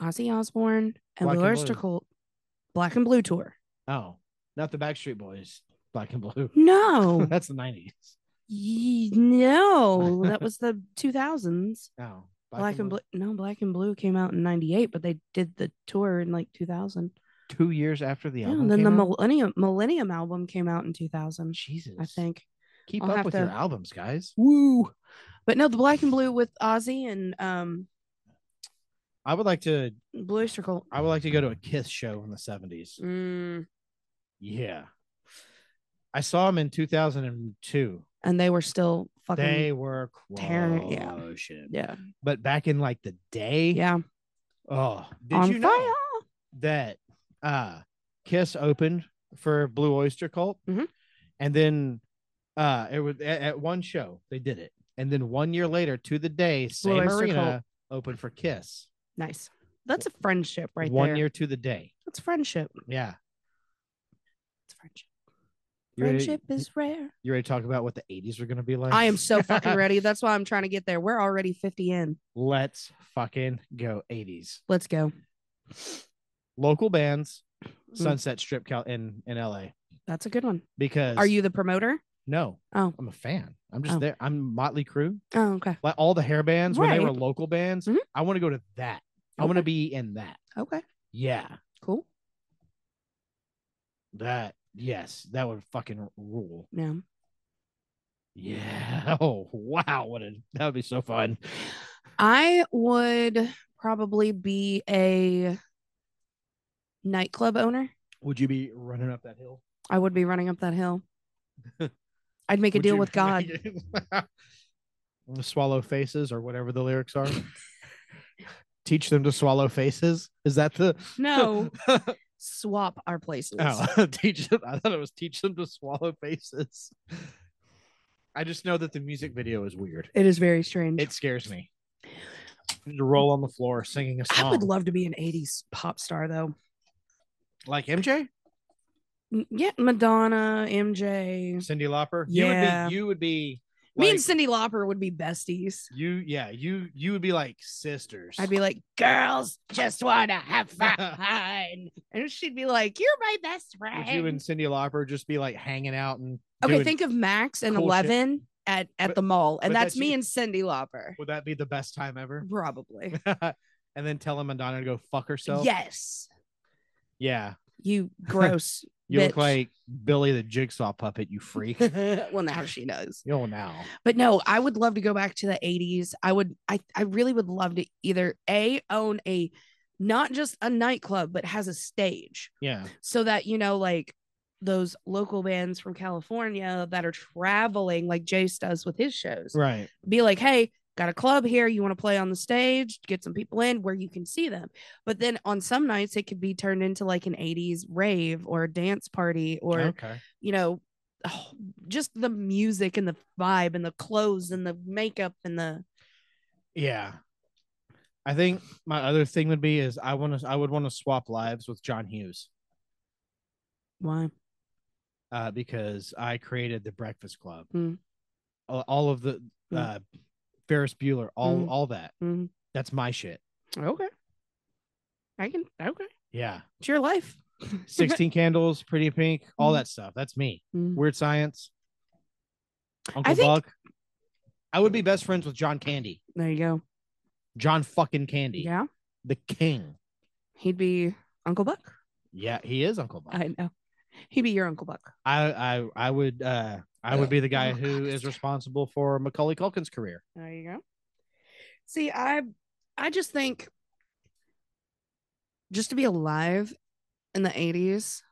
B: Ozzy Osbourne and
A: Black
B: Blue
A: and
B: Oyster
A: Blue.
B: Cult, Black and Blue tour.
A: Oh, not the Backstreet Boys. Black and Blue.
B: No,
A: (laughs) That's the nineties.
B: Ye- no, that was the 2000s.
A: Oh,
B: Black and Blue. No, Black and Blue came out in '98, but they did the tour in like 2000.
A: Two years after the
B: Yeah,
A: album.
B: and then the
A: came out?
B: Millennium Millennium album came out in 2000,
A: Jesus,
B: I think.
A: Keep
B: I'll
A: up
B: have
A: with your
B: to-
A: albums, guys.
B: Woo! But no, the Black and Blue with Ozzy and um
A: I would like to.
B: Blue Oyster Cult.
A: I would like to go to a Kiss show in the seventies.
B: Mm,
A: Yeah, I saw them in two thousand and two.
B: and they were still fucking.
A: They were
B: tearing- yeah.
A: crushing.
B: yeah,
A: But back in like the day,
B: yeah.
A: Oh, did
B: on
A: you know
B: fire.
A: that uh Kiss opened for Blue Oyster Cult,
B: Mhm.
A: and then uh it was at, at one show they did it, and then one year later to the day, same
B: Oyster
A: arena opened for Kiss.
B: Nice. That's a friendship right
A: one
B: there.
A: year to the day.
B: That's friendship.
A: Yeah,
B: It's friendship.
A: you ready,
B: Friendship is
A: (laughs)
B: rare.
A: you ready to talk about what the eighties were gonna be like?
B: I am so fucking ready. That's why I'm trying to get there. We're already 50 in.
A: (laughs) Let's fucking go eighties.
B: Let's go.
A: Local bands,
B: Mhm.
A: Sunset Strip Cal- in in L.A.
B: That's a good one.
A: Because
B: Are you the promoter?
A: No,
B: Oh.
A: I'm a fan. I'm just
B: Oh.
A: there. I'm Motley Crue.
B: Oh, okay.
A: like all the hair bands when they were
B: Right.
A: local bands.
B: Mhm.
A: I want to go to that. I want to
B: Okay.
A: be in that.
B: Okay.
A: Yeah,
B: Cool.
A: that. Yes, that would fucking rule.
B: Yeah.
A: Yeah. (laughs) Oh wow, what a that would be so fun.
B: I would probably be a nightclub owner.
A: Would you be running up that hill?
B: I would be running up
A: (laughs)
B: that hill. I'd make a
A: Would
B: deal
A: you-
B: with God.
A: (laughs) swallow faces or whatever the lyrics
B: (laughs)
A: are. Teach them to swallow faces. Is that the (laughs)
B: No, swap our places.
A: Oh, (laughs) teach them. I thought it was teach them to swallow faces. I just know that the music video is weird.
B: It is very strange.
A: It scares me. To roll on the floor singing a song
B: I would love to be an 80s pop star though.
A: like MJ,
B: M- Mm, Yeah, Madonna, MJ.
A: Cindy Lauper.
B: Yeah.
A: You would be. You would be.
B: Me
A: like,
B: and Cindy Lauper would be besties.
A: You yeah. You you would be like sisters.
B: I'd be like, girls just want to have fun. (laughs) and she'd be like, you're my best friend.
A: Would you and Cindy Lauper just be like hanging out and
B: okay,
A: doing-
B: think of Max and
A: cool shit.
B: 11 at, at
A: But-
B: the mall. And
A: but
B: that's
A: that's
B: me
A: you.
B: and Cindy Lauper.
A: Would that be the best time ever? (laughs)
B: Probably.
A: and then tell him Madonna to go fuck herself.
B: yes. (laughs)
A: Yeah.
B: You gross
A: You look
B: bitch.
A: like Billy the Jigsaw puppet, you
B: (laughs)
A: freak.
B: well, now she knows.
A: Yo, now.
B: But no, I would love to go back to the 80s. I would I I really would love to either A own a not just a nightclub but has a stage
A: Yeah.
B: so that you know like those local bands from California that are traveling like Jace does with his shows.
A: Right.
B: Be like, "Hey, got a club here, you want to play on the stage, get some people in where you can see them." But then on some nights it could be turned into like an 80s rave or a dance party or
A: okay.
B: you know, oh, just the music and the vibe and the clothes and the makeup and the
A: Yeah. I think my other thing would be is I want to I would want to swap lives with John Hughes
B: why
A: uh, because I created the Breakfast Club,
B: Mm.
A: all, all of the
B: Mm.
A: uh, Ferris Bueller, all
B: Mm.
A: all that.
B: Mhm.
A: That's my shit.
B: okay. I can okay.
A: Yeah,
B: (laughs) It's your life.
A: sixteen candles, Pretty in Pink, all
B: Mm.
A: that stuff. That's me.
B: Mm.
A: Weird Science, Uncle
B: think-
A: Buck. I would be best friends with John Candy,
B: There you go.
A: John fucking Candy,
B: Yeah,
A: the king.
B: he'd be Uncle Buck.
A: Yeah, he is Uncle Buck.
B: I know. He'd be your Uncle Buck.
A: I I I would uh I would be the guy
B: Oh,
A: who is responsible for Macaulay Culkin's career.
B: There you go. See, I I just think just to be alive in the 80s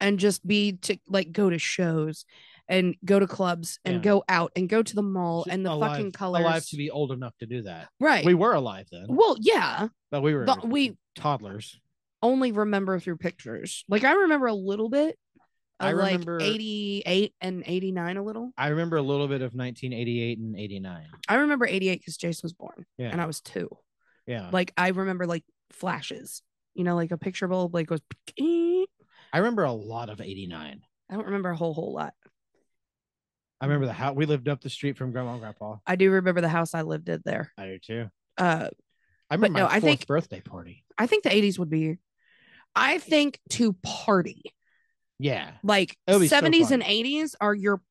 B: and just be to like go to shows and go to clubs and
A: Yeah.
B: go out and go to the mall and the
A: Alive-
B: fucking colors.
A: alive to be old enough to do that.
B: right.
A: We were alive then,
B: well, yeah.
A: but we were
B: the- we
A: toddlers.
B: only remember through pictures. Like I remember a little bit.
A: I
B: of, like
A: remember-
B: 88 and 89 a little.
A: I remember a little bit of 1988 and 89.
B: I remember 88 because Jason was born
A: Yeah, Uh-huh.
B: and I was two.
A: yeah.
B: Like I remember like flashes, you know, like a picture bulb like goes. "Ee."
A: I remember a lot of 89.
B: I don't remember a whole whole lot.
A: I remember the house we lived up the street from Grandma and Grandpa.
B: I do remember the house I lived in there.
A: I do too.
B: Uh,
A: I remember
B: no,
A: my
B: I
A: fourth
B: think-
A: birthday party.
B: I think the 80s would be. I think to party
A: Yeah.
B: like
A: That would be so
B: 70s
A: fun.
B: and 80s are your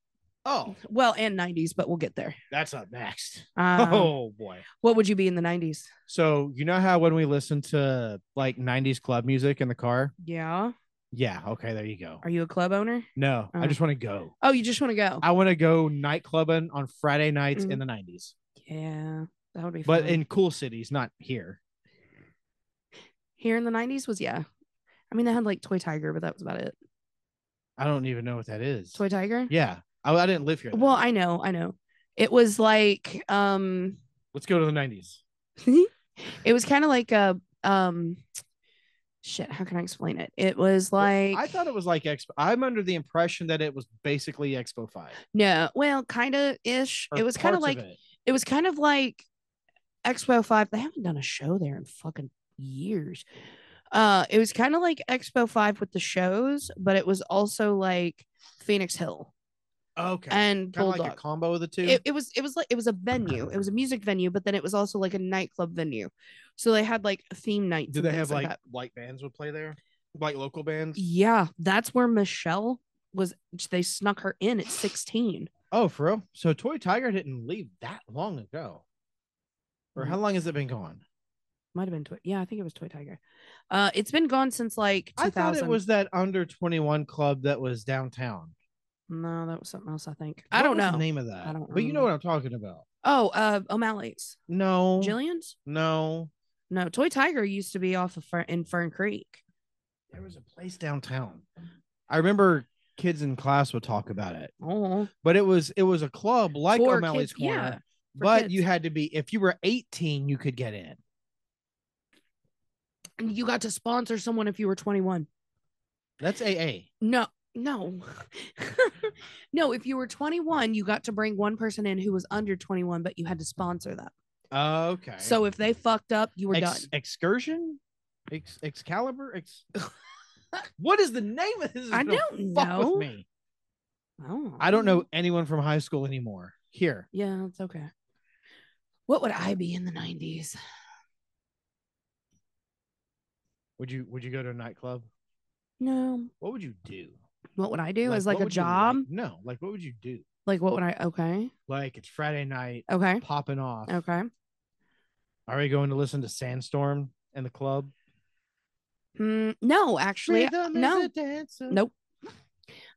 A: Oh,
B: well and 90s, but we'll get there.
A: that's up next.
B: Um,
A: (laughs) oh boy.
B: What would you be in the 90s?
A: So you know how when we listen to like 90s club music in the car?
B: Yeah.
A: Yeah. Okay. There you go.
B: Are you a club owner?
A: No, I
B: Oh.
A: just want to go.
B: Oh, you just want to go?
A: I want to go nightclubbing on Friday nights in
B: Mhm.
A: the 90s,
B: yeah, that would be.
A: but
B: fun.
A: in cool cities, not here.
B: here in the '90s was yeah. I mean, they had like Toy Tiger, but that was about it.
A: I don't even know what that is.
B: Toy Tiger.
A: Yeah. I, I didn't live here. then.
B: Well, I know, I know. It was like um,
A: Let's go to the 90s.
B: it was kind of like a um, shit. How can I explain it? It was like
A: I thought it was like Expo. I'm under the impression that it was basically Expo 5.
B: no, well, kind of ish.
A: or
B: It was kind of
A: parts
B: like
A: it.
B: it was kind of like Expo 5. They haven't done a show there in fucking years. Uh it was kind of like Expo 5 with the shows, but it was also like Phoenix Hill
A: Okay.
B: and
A: kind of
B: Bulldog.
A: like a combo of the two.
B: it, it was it was like it was a venue. It was a music venue, but then it was also like a nightclub venue. So they had like theme nights.
A: Did
B: and
A: they
B: things
A: have like
B: that.
A: like bands would play there? Like local bands?
B: Yeah, that's where Michelle was they snuck her in at 16.
A: Oh, for real? So Toy Tiger didn't leave that long ago. Or
B: Mm.
A: how long has it been gone?
B: Might have been Toy. Yeah, I think it was Toy Tiger. Uh it's been gone since like 2000.
A: I thought it was that under 21 club that was downtown.
B: No, that was something else. I think
A: What
B: I don't
A: was
B: know.
A: the name of that.
B: I don't
A: But you know
B: remember.
A: what I'm talking about.
B: Oh, uh, O'Malley's, Oh.
A: No,
B: Jillian's.
A: no.
B: No, Toy Tiger used to be off of Fern, in Fern Creek.
A: There was a place downtown. I remember kids in class would talk about it,
B: Oh,
A: but it was it was a club like
B: For
A: O'Malley's
B: kids-
A: Corner,
B: yeah,
A: but
B: kids.
A: you had to be if you were 18, you could get in.
B: and you got to sponsor someone if you were 21.
A: That's AA.
B: No, no, (laughs) no. If you were 21, you got to bring one person in who was under 21, but you had to sponsor them.
A: Okay.
B: So if they fucked up, you were
A: Ex- excursion, Ex- Excalibur.
B: (laughs)
A: Ex- what is the name of this? is
B: I
A: gonna
B: don't
A: fuck
B: know.
A: With me.
B: done. Oh,
A: I don't know anyone from high school anymore. Here,
B: Yeah, it's okay. What would I be in the 90s?
A: would you would you go to a nightclub?
B: No.
A: What would you do?
B: What would I do? As like
A: what
B: a
A: would you
B: job?
A: like- no, like what would you do?
B: like what would I? Okay.
A: Like it's Friday night,
B: Okay.
A: popping off.
B: Okay.
A: Are we going to listen to Sandstorm in the club?
B: Mm, no, actually,
A: Freedom is
B: no,
A: a dancer.
B: nope.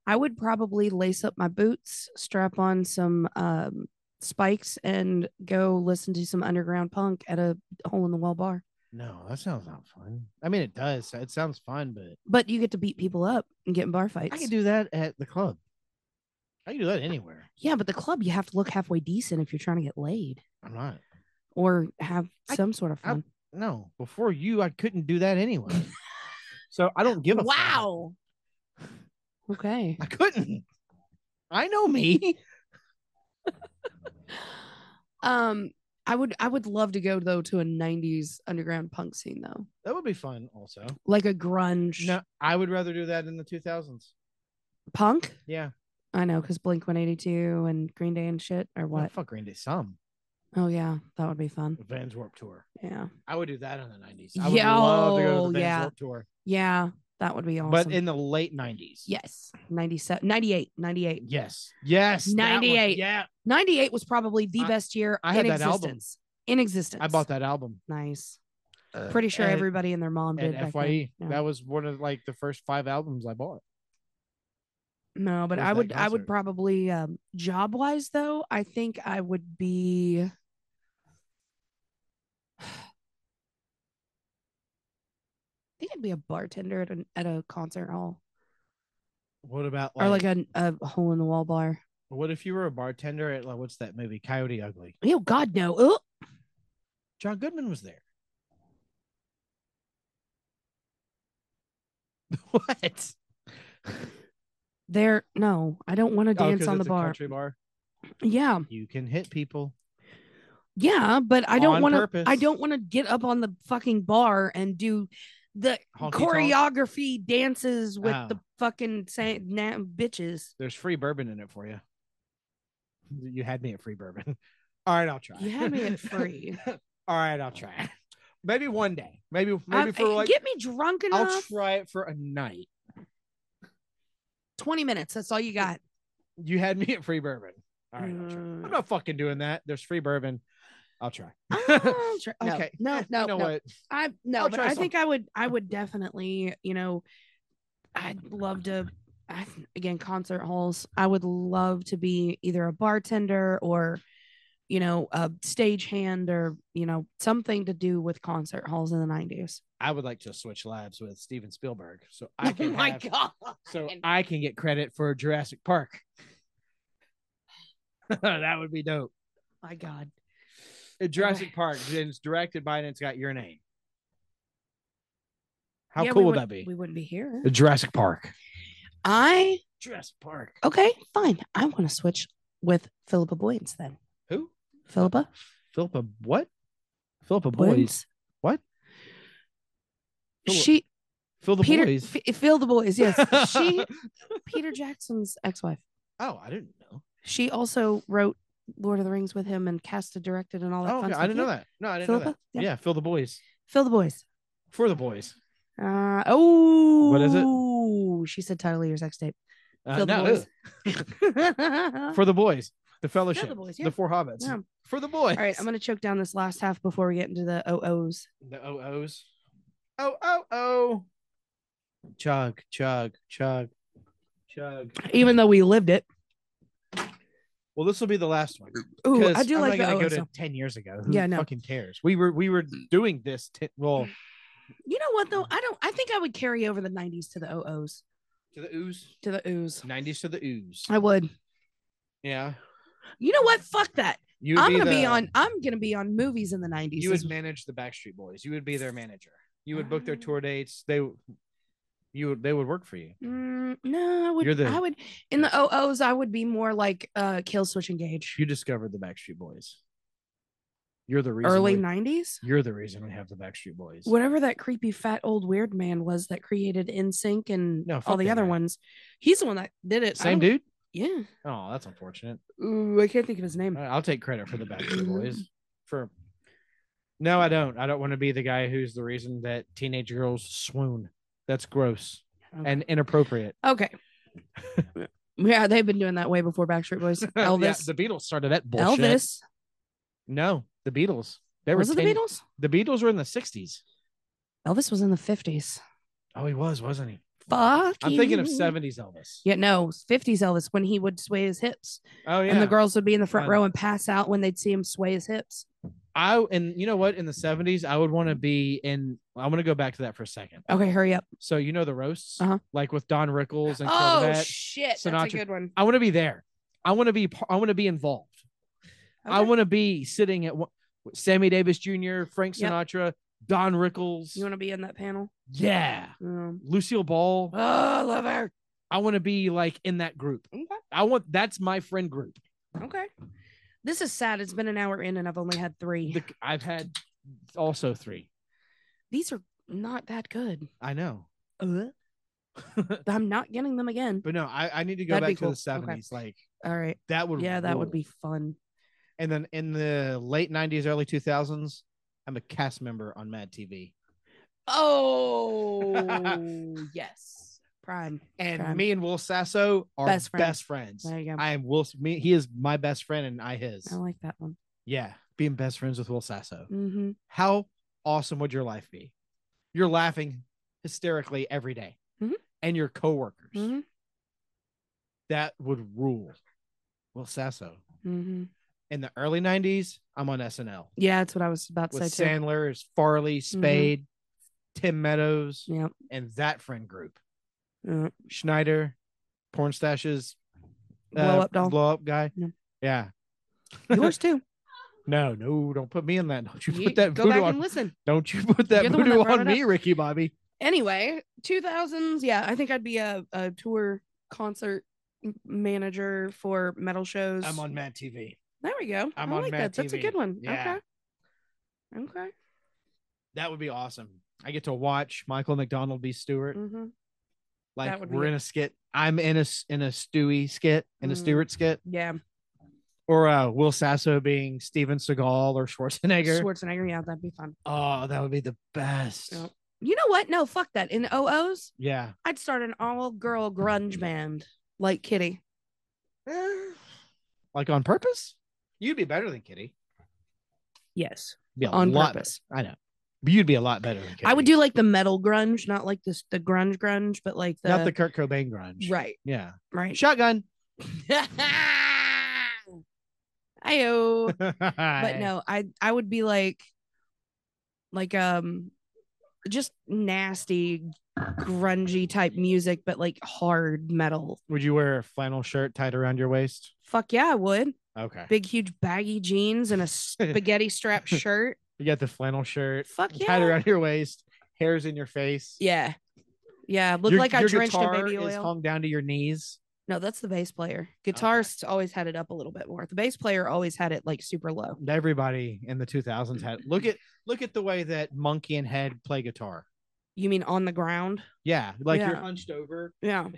B: I would probably lace up my boots, strap on some um, spikes, and go listen to some underground punk at a hole in the wall bar.
A: No, that sounds not fun. I mean, it does. It sounds fun, but
B: But you get to beat people up and get in bar fights.
A: I can do that at the club. I can do that anywhere.
B: yeah, but the club you have to look halfway decent if you're trying to get laid
A: I'm not.
B: or have
A: I-
B: some sort of
A: I-
B: fun.
A: No, before you, I couldn't do that anyway.
B: (laughs)
A: so I don't give a fuck.
B: wow. Okay.
A: I couldn't. I know me.
B: (sighs) Um, I would I would love to go though to a '90s underground punk scene though,
A: That would be fun. Also,
B: like a grunge
A: no, I would rather do that in the 2000s.
B: punk.
A: Yeah.
B: I know because Blink 182 and Green Day and shit or
A: Well,
B: what.
A: fuck Green Day. Some
B: Oh yeah, that would be fun.
A: Vans Warp Tour.
B: Yeah,
A: I would do that in the 90s. I would love to go to the
B: Yo,
A: Vans
B: oh, yeah.
A: Warp Tour,
B: yeah, that would be awesome.
A: but in the late 90s.
B: yes, 97, 98, 98.
A: Yes. Yes. that one.
B: 98.
A: Yeah.
B: 98 was probably the
A: I-
B: best year
A: I had
B: in
A: that album.
B: existence. In existence,
A: I bought that album.
B: Nice.
A: Uh,
B: Pretty sure
A: at-
B: everybody and their mom did.
A: at
B: back then.
A: Fye.
B: Yeah.
A: That was one of like the first five albums I bought.
B: No, but
A: was
B: I
A: that
B: would I would
A: concert?
B: probably um job wise though, I think I would be (sighs) I think I'd be a bartender at an at a concert hall
A: What about
B: or like a, a hole in the wall bar.
A: what if you were a bartender at like what's that movie Coyote Ugly?
B: Oh God, no! Oh,
A: John Goodman was there. (laughs) what?
B: there, no, I don't
A: Oh,
B: want to dance on the bar.
A: country bar.
B: Yeah,
A: You can hit people.
B: yeah, but I don't
A: On
B: want to.
A: purpose.
B: I don't want to get up on the fucking bar and do the
A: Honky-tonk.
B: choreography dances with
A: Ah.
B: the fucking sa- na- bitches.
A: There's free bourbon in it for you. You had me at free bourbon. (laughs) All right, I'll try.
B: You
A: (laughs)
B: had me at free.
A: All right, I'll try. Maybe one day. Maybe
B: I-
A: maybe for like
B: get eh, me drunk enough.
A: I'll try it for a night.
B: 20 minutes. That's all you got.
A: You had me at free bourbon. All right, I'll try.
B: Mm.
A: I'm not fucking doing that. There's free bourbon. I'll try. (laughs)
B: I'll try- no,
A: okay.
B: No,
A: Eh,
B: no,
A: You know
B: no.
A: what?
B: I no,
A: I'll
B: but
A: try
B: I
A: some.
B: think I would I would definitely, you know, I'd love to I, again concert halls. I would love to be either a bartender or you know, a stagehand or, you know, something to do with concert halls in the 90s.
A: I would like to switch labs with Steven Spielberg, so I can.
B: (laughs) oh my
A: have-
B: god.
A: So I can get credit for Jurassic Park. (laughs) that would be dope.
B: my god.
A: Uh, Jurassic Park, and it's directed by, and it's got your name. How
B: Yeah, we
A: cool would
B: wouldn't-
A: that be? Uh,
B: We wouldn't be here.
A: Jurassic Park.
B: I
A: Jurassic Park.
B: Okay, fine. I want to switch with Philippa Boyens then.
A: Who?
B: Philippa
A: Philippa what? Philippa Boys.
B: Boyens.
A: What? Philip-
B: She
A: Phil the
B: Peter
A: Boys.
B: F- Phil the
A: (laughs)
B: Boys. Yes, she Peter Jackson's ex-wife.
A: Oh, I didn't know.
B: She also wrote Lord of the Rings with him and cast and directed and all that.
A: Oh,
B: fun
A: okay. I
B: stuff.
A: didn't know
B: Yeah,
A: that. No, I didn't know
B: Philippa?
A: that.
B: Yeah.
A: Yeah. Phil the Boys.
B: Phil the Boys.
A: For the boys.
B: Uh, oh,
A: is it?
B: it? She said title of your sex tape.
A: Uh,
B: Phil the
A: no,
B: Boys. (laughs)
A: ugh. (laughs) For the boys. The fellowship.
B: Phil the Boys, yeah.
A: The four hobbits.
B: Yeah.
A: For the boys.
B: All right, I'm gonna choke down this last half before we get into the OOs.
A: The OOs. Oh, oh, oh. Chug, chug, chug, chug.
B: Even though we lived it.
A: Well, this will be the last one.
B: Ooh, I
A: 'cause
B: do
A: I'm
B: like
A: not
B: the
A: gonna go
B: OOs.
A: to
B: though.
A: ten years ago. Who
B: Yeah, no.
A: fucking cares? We were we were doing this. T- well,
B: You know what though? I don't. I think I would carry over the '90s to the OOs
A: to the ooze.
B: to the ooze.
A: Nineties to the ooze.
B: I would.
A: Yeah,
B: You know what? Fuck that.
A: you.
B: I'm gonna be
A: the-
B: on. E I'm gonna be on movies in the '90s.
A: You would
B: This-
A: manage the Backstreet Boys. You would be their manager. You would book their
B: Ah.
A: tour dates. They, you would they would work for you.
B: Mm, no, I would.
A: You're the-
B: I would in the OOs. I would be more like uh, Kill Switch Engage.
A: You discovered the Backstreet Boys. You're the reason.
B: Early
A: we-
B: '90s.
A: You're the reason we have the Backstreet Boys.
B: Whatever that creepy fat old weird man was that created NSYNC and
A: No,
B: all
A: fuck
B: the
A: that
B: other
A: guy.
B: ones, he's the one that did it. I
A: Same
B: don't-
A: dude. Uh,
B: Yeah.
A: Oh, that's unfortunate.
B: Ooh, I can't think of his name.
A: I- I'll take credit for the Backstreet Boys. For no, I don't. I don't want to be the guy who's the reason that teenage girls swoon. That's gross
B: Okay.
A: and inappropriate. (laughs)
B: Okay. yeah, they've been doing that way before Backstreet Boys.
A: (laughs) Yeah,
B: Elvis.
A: the Beatles started that bullshit.
B: Elvis.
A: No, the Beatles. They
B: Was
A: were
B: it the
A: 10
B: Beatles?
A: The Beatles were in the '60s.
B: Elvis was in the 50s.
A: Oh, he was, wasn't he?
B: fuck.
A: I'm thinking of
B: you.
A: 70s Elvis.
B: Yeah, no, 50s Elvis when he would sway his hips
A: Oh yeah.
B: and the girls would be in the front
A: I know.
B: row and pass out when they'd see him sway his hips.
A: I and you know what? In the 70s, I would want to be in. I want to go back to that for a second.
B: Okay, hurry up.
A: So you know the roasts,
B: Uh-huh.
A: like with Don Rickles and
B: Oh
A: Corvette.
B: shit,
A: Sinatra.
B: that's a good one.
A: I want to be there. I want to be. par- I want to be involved. I
B: Okay.
A: want to be sitting at one- Sammy Davis Jr., Frank
B: Yep.
A: Sinatra, Don Rickles.
B: You want to be in that panel?
A: yeah,
B: Um,
A: Lucille Ball.
B: oh, I love her.
A: I want to be like in that group.
B: Okay.
A: I want that's my friend group.
B: Okay. This is sad. It's been an hour in and I've only had three.
A: The, I've had also three.
B: These are not that good.
A: I know, (laughs)
B: Uh, I'm not getting them again.
A: but no, I, I need to go
B: That'd be
A: back to
B: cool.
A: the
B: Okay.
A: seventies. Like
B: All right.
A: that would
B: Yeah, that would
A: rule.
B: be
A: (laughs)
B: fun.
A: And then in the late nineties, early two thousands, I'm a cast member on Mad TV.
B: Oh, yes. Prime.
A: And
B: Prime.
A: me and Will Sasso are best
B: Best
A: friends.
B: friends.
A: I
B: There you go. I,
A: am Will. Me, he is my best friend, and I his.
B: like that one.
A: Yeah, being best friends with Will Sasso.
B: Mm-hmm.
A: How awesome would your life be? You're laughing hysterically every day.
B: Mhm.
A: and your coworkers.
B: Mm-hmm.
A: That would rule. Will Sasso.
B: Mm-hmm.
A: In the early '90s, I'm on SNL
B: Yeah, that's Mm-hmm. what I was about to
A: with
B: say too.
A: Sandler, is Farley, Spade, Tim Meadows,
B: Yeah.
A: and that friend group.
B: Uh,
A: Schneider, porn stashes,
B: blow up doll.
A: blow up guy.
B: No.
A: Yeah.
B: (laughs) Yours too.
A: No, no, don't put me in that. (laughs) Don't you
B: You
A: (laughs) put that
B: go back
A: voodoo
B: and
A: on.
B: listen.
A: Don't you (laughs) put that
B: You're the one that
A: voodoo
B: brought
A: on
B: it
A: me, Ricky Bobby.
B: anyway, 2000s. Yeah, I think I'd be a, a tour concert m- manager for metal shows.
A: I'm on Mad TV.
B: There we go.
A: I'm
B: I
A: on
B: like
A: Mad
B: that. That's a
A: TV.
B: good one.
A: Yeah.
B: Okay. Okay.
A: That would be awesome. I get to watch Michael McDonald be Stewart.
B: hmm
A: Like
B: that would be
A: we're
B: it.
A: in a skit. I'm in a s- in a Stewie skit in a
B: Mm.
A: Stewart skit,
B: Yeah.
A: or uh, Will Sasso being Steven Seagal or Schwarzenegger.
B: Schwarzenegger. Yeah, that'd be fun.
A: oh, that would be the best.
B: Yep. You know what? No, fuck that. In OOs, (sighs)
A: Yeah.
B: I'd start an all girl grunge band like Kitty.
A: Like on purpose? You'd be better than Kitty.
B: Yes.
A: be a
B: On
A: lot
B: purpose.
A: better. I know. But you'd be a lot better. Than
B: I would
A: Cody.
B: do like the metal grunge, not like this the grunge grunge, but like the,
A: not the Kurt Cobain grunge.
B: right,
A: Yeah.
B: right.
A: Shotgun. (laughs)
B: (laughs) Ayo.
A: but
B: but no i i would be like like um just nasty grungy type music but like hard metal
A: Would you wear a flannel shirt tied around your waist?
B: fuck yeah i would
A: Okay.
B: big huge baggy jeans and a
A: (laughs)
B: spaghetti strap shirt
A: You got the flannel shirt
B: fuck
A: tied
B: yeah
A: around your waist, hairs in your face.
B: yeah yeah look
A: Your-
B: like i
A: your
B: drenched in
A: guitar
B: baby
A: Is
B: oil
A: hung down to your knees.
B: no that's the bass player guitarists always had it up a little bit more the bass player always had it like super low
A: Everybody in the 2000s had look at look at the way that Monkey and Head play guitar.
B: you mean on the ground
A: Yeah, like you're
B: Yeah.
A: hunched over (laughs)
B: yeah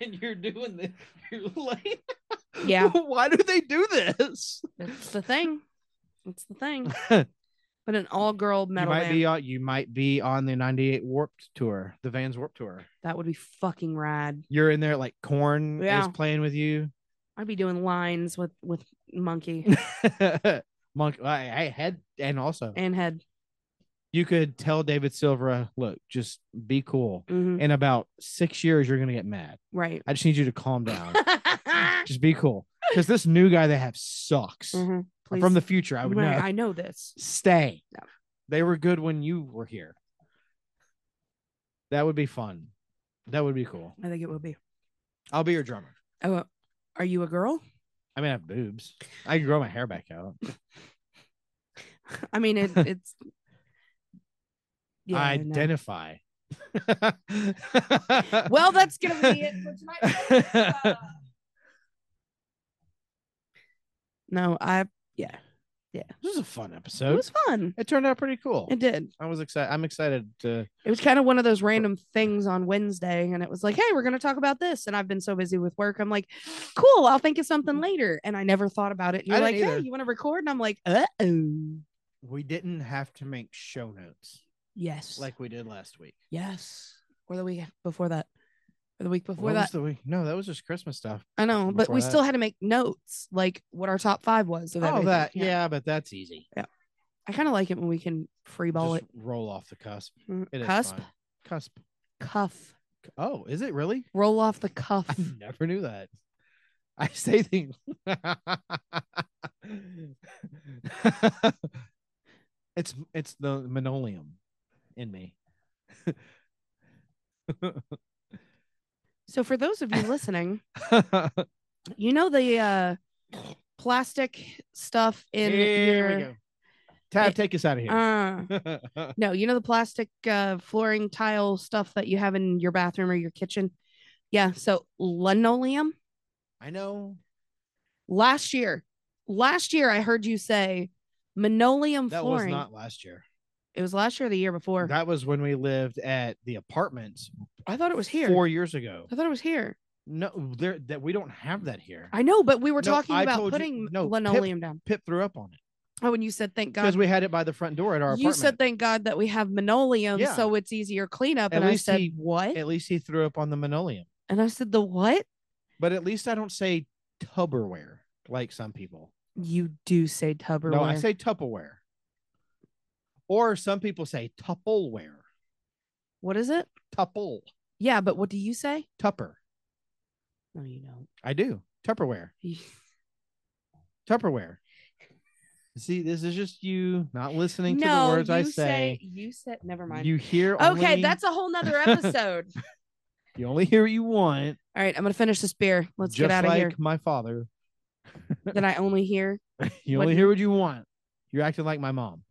A: and you're doing this. You're like, (laughs)
B: Yeah.
A: Why do they do this?
B: that's the thing that's
A: (laughs)
B: the thing but an all-girl metal
A: you might
B: band.
A: be on you might be on the 98 warped tour the vans warped tour
B: That would be fucking rad.
A: you're in there like corn
B: Yeah.
A: is playing with you
B: I'd be doing lines with with monkey
A: (laughs) monk I, I had and also
B: and head.
A: you could tell david silva look just be cool
B: Mhm,
A: in about six years you're gonna get mad
B: Right.
A: i just need you to calm
B: (laughs)
A: down just be cool because this new guy they have sucks
B: Mhm,
A: I'm (laughs)
B: please.
A: from the future i would
B: Right,
A: know
B: I know this.
A: stay
B: No.
A: they were good when you were here that would be fun that would be cool
B: I think it would be.
A: i'll be your drummer
B: Oh, uh, are you a girl?
A: I mean, I have boobs. I can grow my hair back out.
B: I
A: (laughs)
B: mean, it, it's.
A: I
B: no.
A: identify.
B: Well, that's gonna be it
A: (laughs)
B: for tonight. no, I. Yeah,
A: this is a fun episode.
B: it
A: It,
B: was fun.
A: turned out pretty cool.
B: It did.
A: I was excited. I'm excited to.
B: It was kind of one of those random things on Wednesday, and it was like, "Hey, we're gonna talk about this," and I've been so busy with work, I'm like, "Cool, I'll think of something later," and Mm-hmm. I never thought about it. And
A: I
B: you're like,
A: didn't
B: "Hey,
A: either.
B: you want to record?" And I'm like, "Uh oh,
A: We didn't have to make show notes
B: yes,
A: like we did last week.
B: yes," or the week before that, or the week before
A: What was
B: that.
A: the week? No, that was just Christmas stuff.
B: I know, but
A: before
B: we
A: that?
B: still had to make notes, like what our top five was. Of
A: oh,
B: everything.
A: that. Yeah. but that's easy.
B: I kind of like it when we can freeball
A: Just roll off the cusp.
B: it. Mm,
A: It is
B: Cusp,
A: fun. Cusp.
B: cuff,
A: Oh, is it really?
B: Roll off the cuff.
A: (laughs)
B: (clears throat)
A: I never knew that. I say things. (laughs) it's it's the manolium in me. (laughs)
B: So for those of you listening, you know the uh plastic stuff in
A: here we
B: your
A: go. Tab,
B: it-
A: take us out of here.
B: uh no, you know the plastic uh flooring tile stuff that you have in your bathroom or your kitchen. Yeah, so linoleum
A: (laughs) I know
B: last year. Last year I heard you say linoleum
A: that was
B: flooring.
A: not last year.
B: it was last year or the year before.
A: That was when we lived at the apartments
B: I thought it was here.
A: four years ago.
B: I thought it was here.
A: No, there that we don't have that here.
B: I know, but we were
A: No,
B: talking
A: I
B: about
A: told you-
B: putting
A: no, Pip-
B: linoleum down.
A: Pip threw up on it
B: Oh, and you said thank God
A: because we had it by the front door at our
B: you
A: apartment.
B: said thank god that we have linoleum
A: Yeah.
B: so it's easier cleanup
A: At
B: and i
A: least
B: said
A: he-
B: what
A: at least he threw up on the linoleum.
B: and i said the what
A: But at least I don't say Tupperware like some people.
B: you do say tupperware
A: No, I say Tupperware. Or some people say Tupperware.
B: what is it
A: Tuple.
B: yeah but what do you say
A: Tupper.
B: no you don't
A: I do.
B: (laughs)
A: Tupperware. Tupperware. See, this is just you not listening to
B: no
A: the words I
B: you
A: say.
B: you said never mind
A: You hear
B: okay
A: only-
B: that's a whole nother
A: (laughs)
B: episode
A: you only hear what you want.
B: all right i'm gonna finish this beer let's
A: just
B: get out of
A: like
B: here
A: my father.
B: then i
A: (laughs)
B: only hear
A: You
B: What
A: only
B: do
A: hear what you want. You're acting like my mom.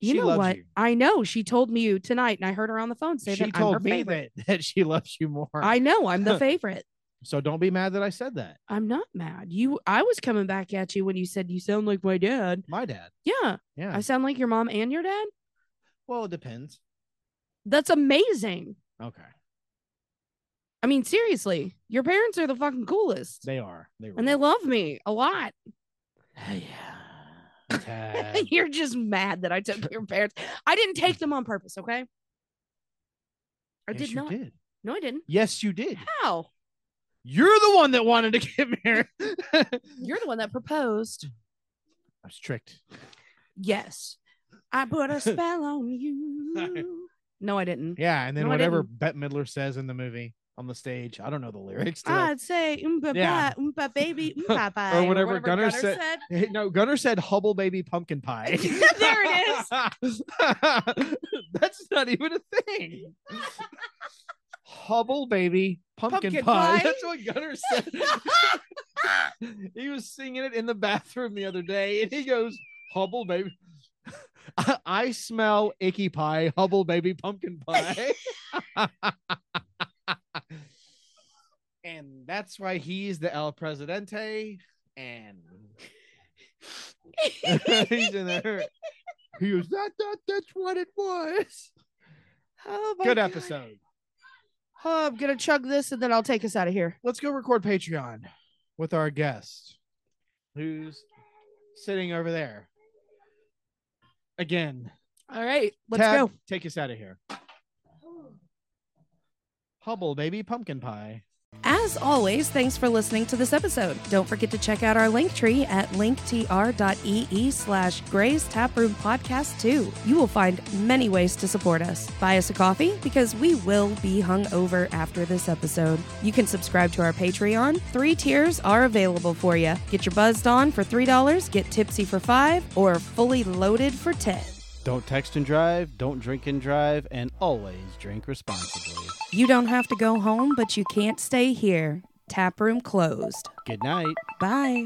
B: you
A: She
B: know
A: loves
B: what
A: you.
B: i know she told me you tonight and i heard her on the phone say
A: she
B: that I'm her
A: told me
B: favorite.
A: that, (laughs) that she loves you more.
B: i know
A: (laughs)
B: i'm the favorite
A: so don't be mad that I said that.
B: i'm not mad you i was coming back at you when you said you sound like my dad
A: My dad.
B: Yeah.
A: Yeah.
B: I sound like your mom and your dad.
A: well, it depends.
B: That's amazing.
A: Okay.
B: I mean, seriously, your parents are the fucking coolest.
A: They are. They
B: and they
A: rule.
B: love me a lot.
A: yeah.
B: (laughs)
A: Tab.
B: You're just mad that
A: (laughs)
B: I took your parents. I didn't take them on purpose, okay? I
A: Yes,
B: did
A: you
B: not.
A: Did.
B: No, I didn't.
A: Yes, you did.
B: How?
A: You're the one that wanted to get (laughs) married. I
B: You're the one
A: (laughs)
B: that proposed.
A: was tricked.
B: Yes. I put a spell
A: (laughs)
B: on you. No, I didn't.
A: Yeah, and then
B: No, I
A: whatever Bette Midler says in the movie on the stage, I don't know the lyrics to it.
B: I'd say, mm
A: Yeah.
B: yeah. baby, mm bye
A: (laughs) Or whatever Gunnar said- Hey, no, Gunner said "Hubble baby pumpkin
B: (laughs)
A: pie."
B: There it
A: is. (laughs) That's not even a
B: (laughs)
A: thing. Hubble baby pumpkin,
B: Pumpkin
A: pie.
B: pie.
A: That's what Gunner said. (laughs) he was singing it in the bathroom the other day, and he goes, "Hubble baby." (laughs) I- I smell icky pie, Hubble baby pumpkin pie. (laughs) and that's why he's the El Presidente. And (laughs) he's in there. (laughs) He goes, that, that, that's what it was.
B: (laughs) Oh my
A: Good
B: God.
A: episode.
B: Oh, I'm gonna chug this and then I'll take us out of here.
A: Let's go record Patreon with our guest who's sitting over there. Again,
B: All right, let's
A: Tab,
B: go.
A: Take us out of here. Hubble, baby, pumpkin pie.
D: As always, thanks for listening to this episode. Don't forget to check out our link tree at linktr.ee slash Gray's Taproom Podcast 2. You will find many ways to support us. Buy us a coffee because we will be hungover after this episode. You can subscribe to our Patreon. Three tiers are available for you. Get your buzzed on for $3, get tipsy for 5 or fully loaded for 10
E: Don't text and drive, don't drink and drive, and always drink responsibly.
D: You don't have to go home, but you can't stay here. Taproom closed.
E: Good night.
D: Bye.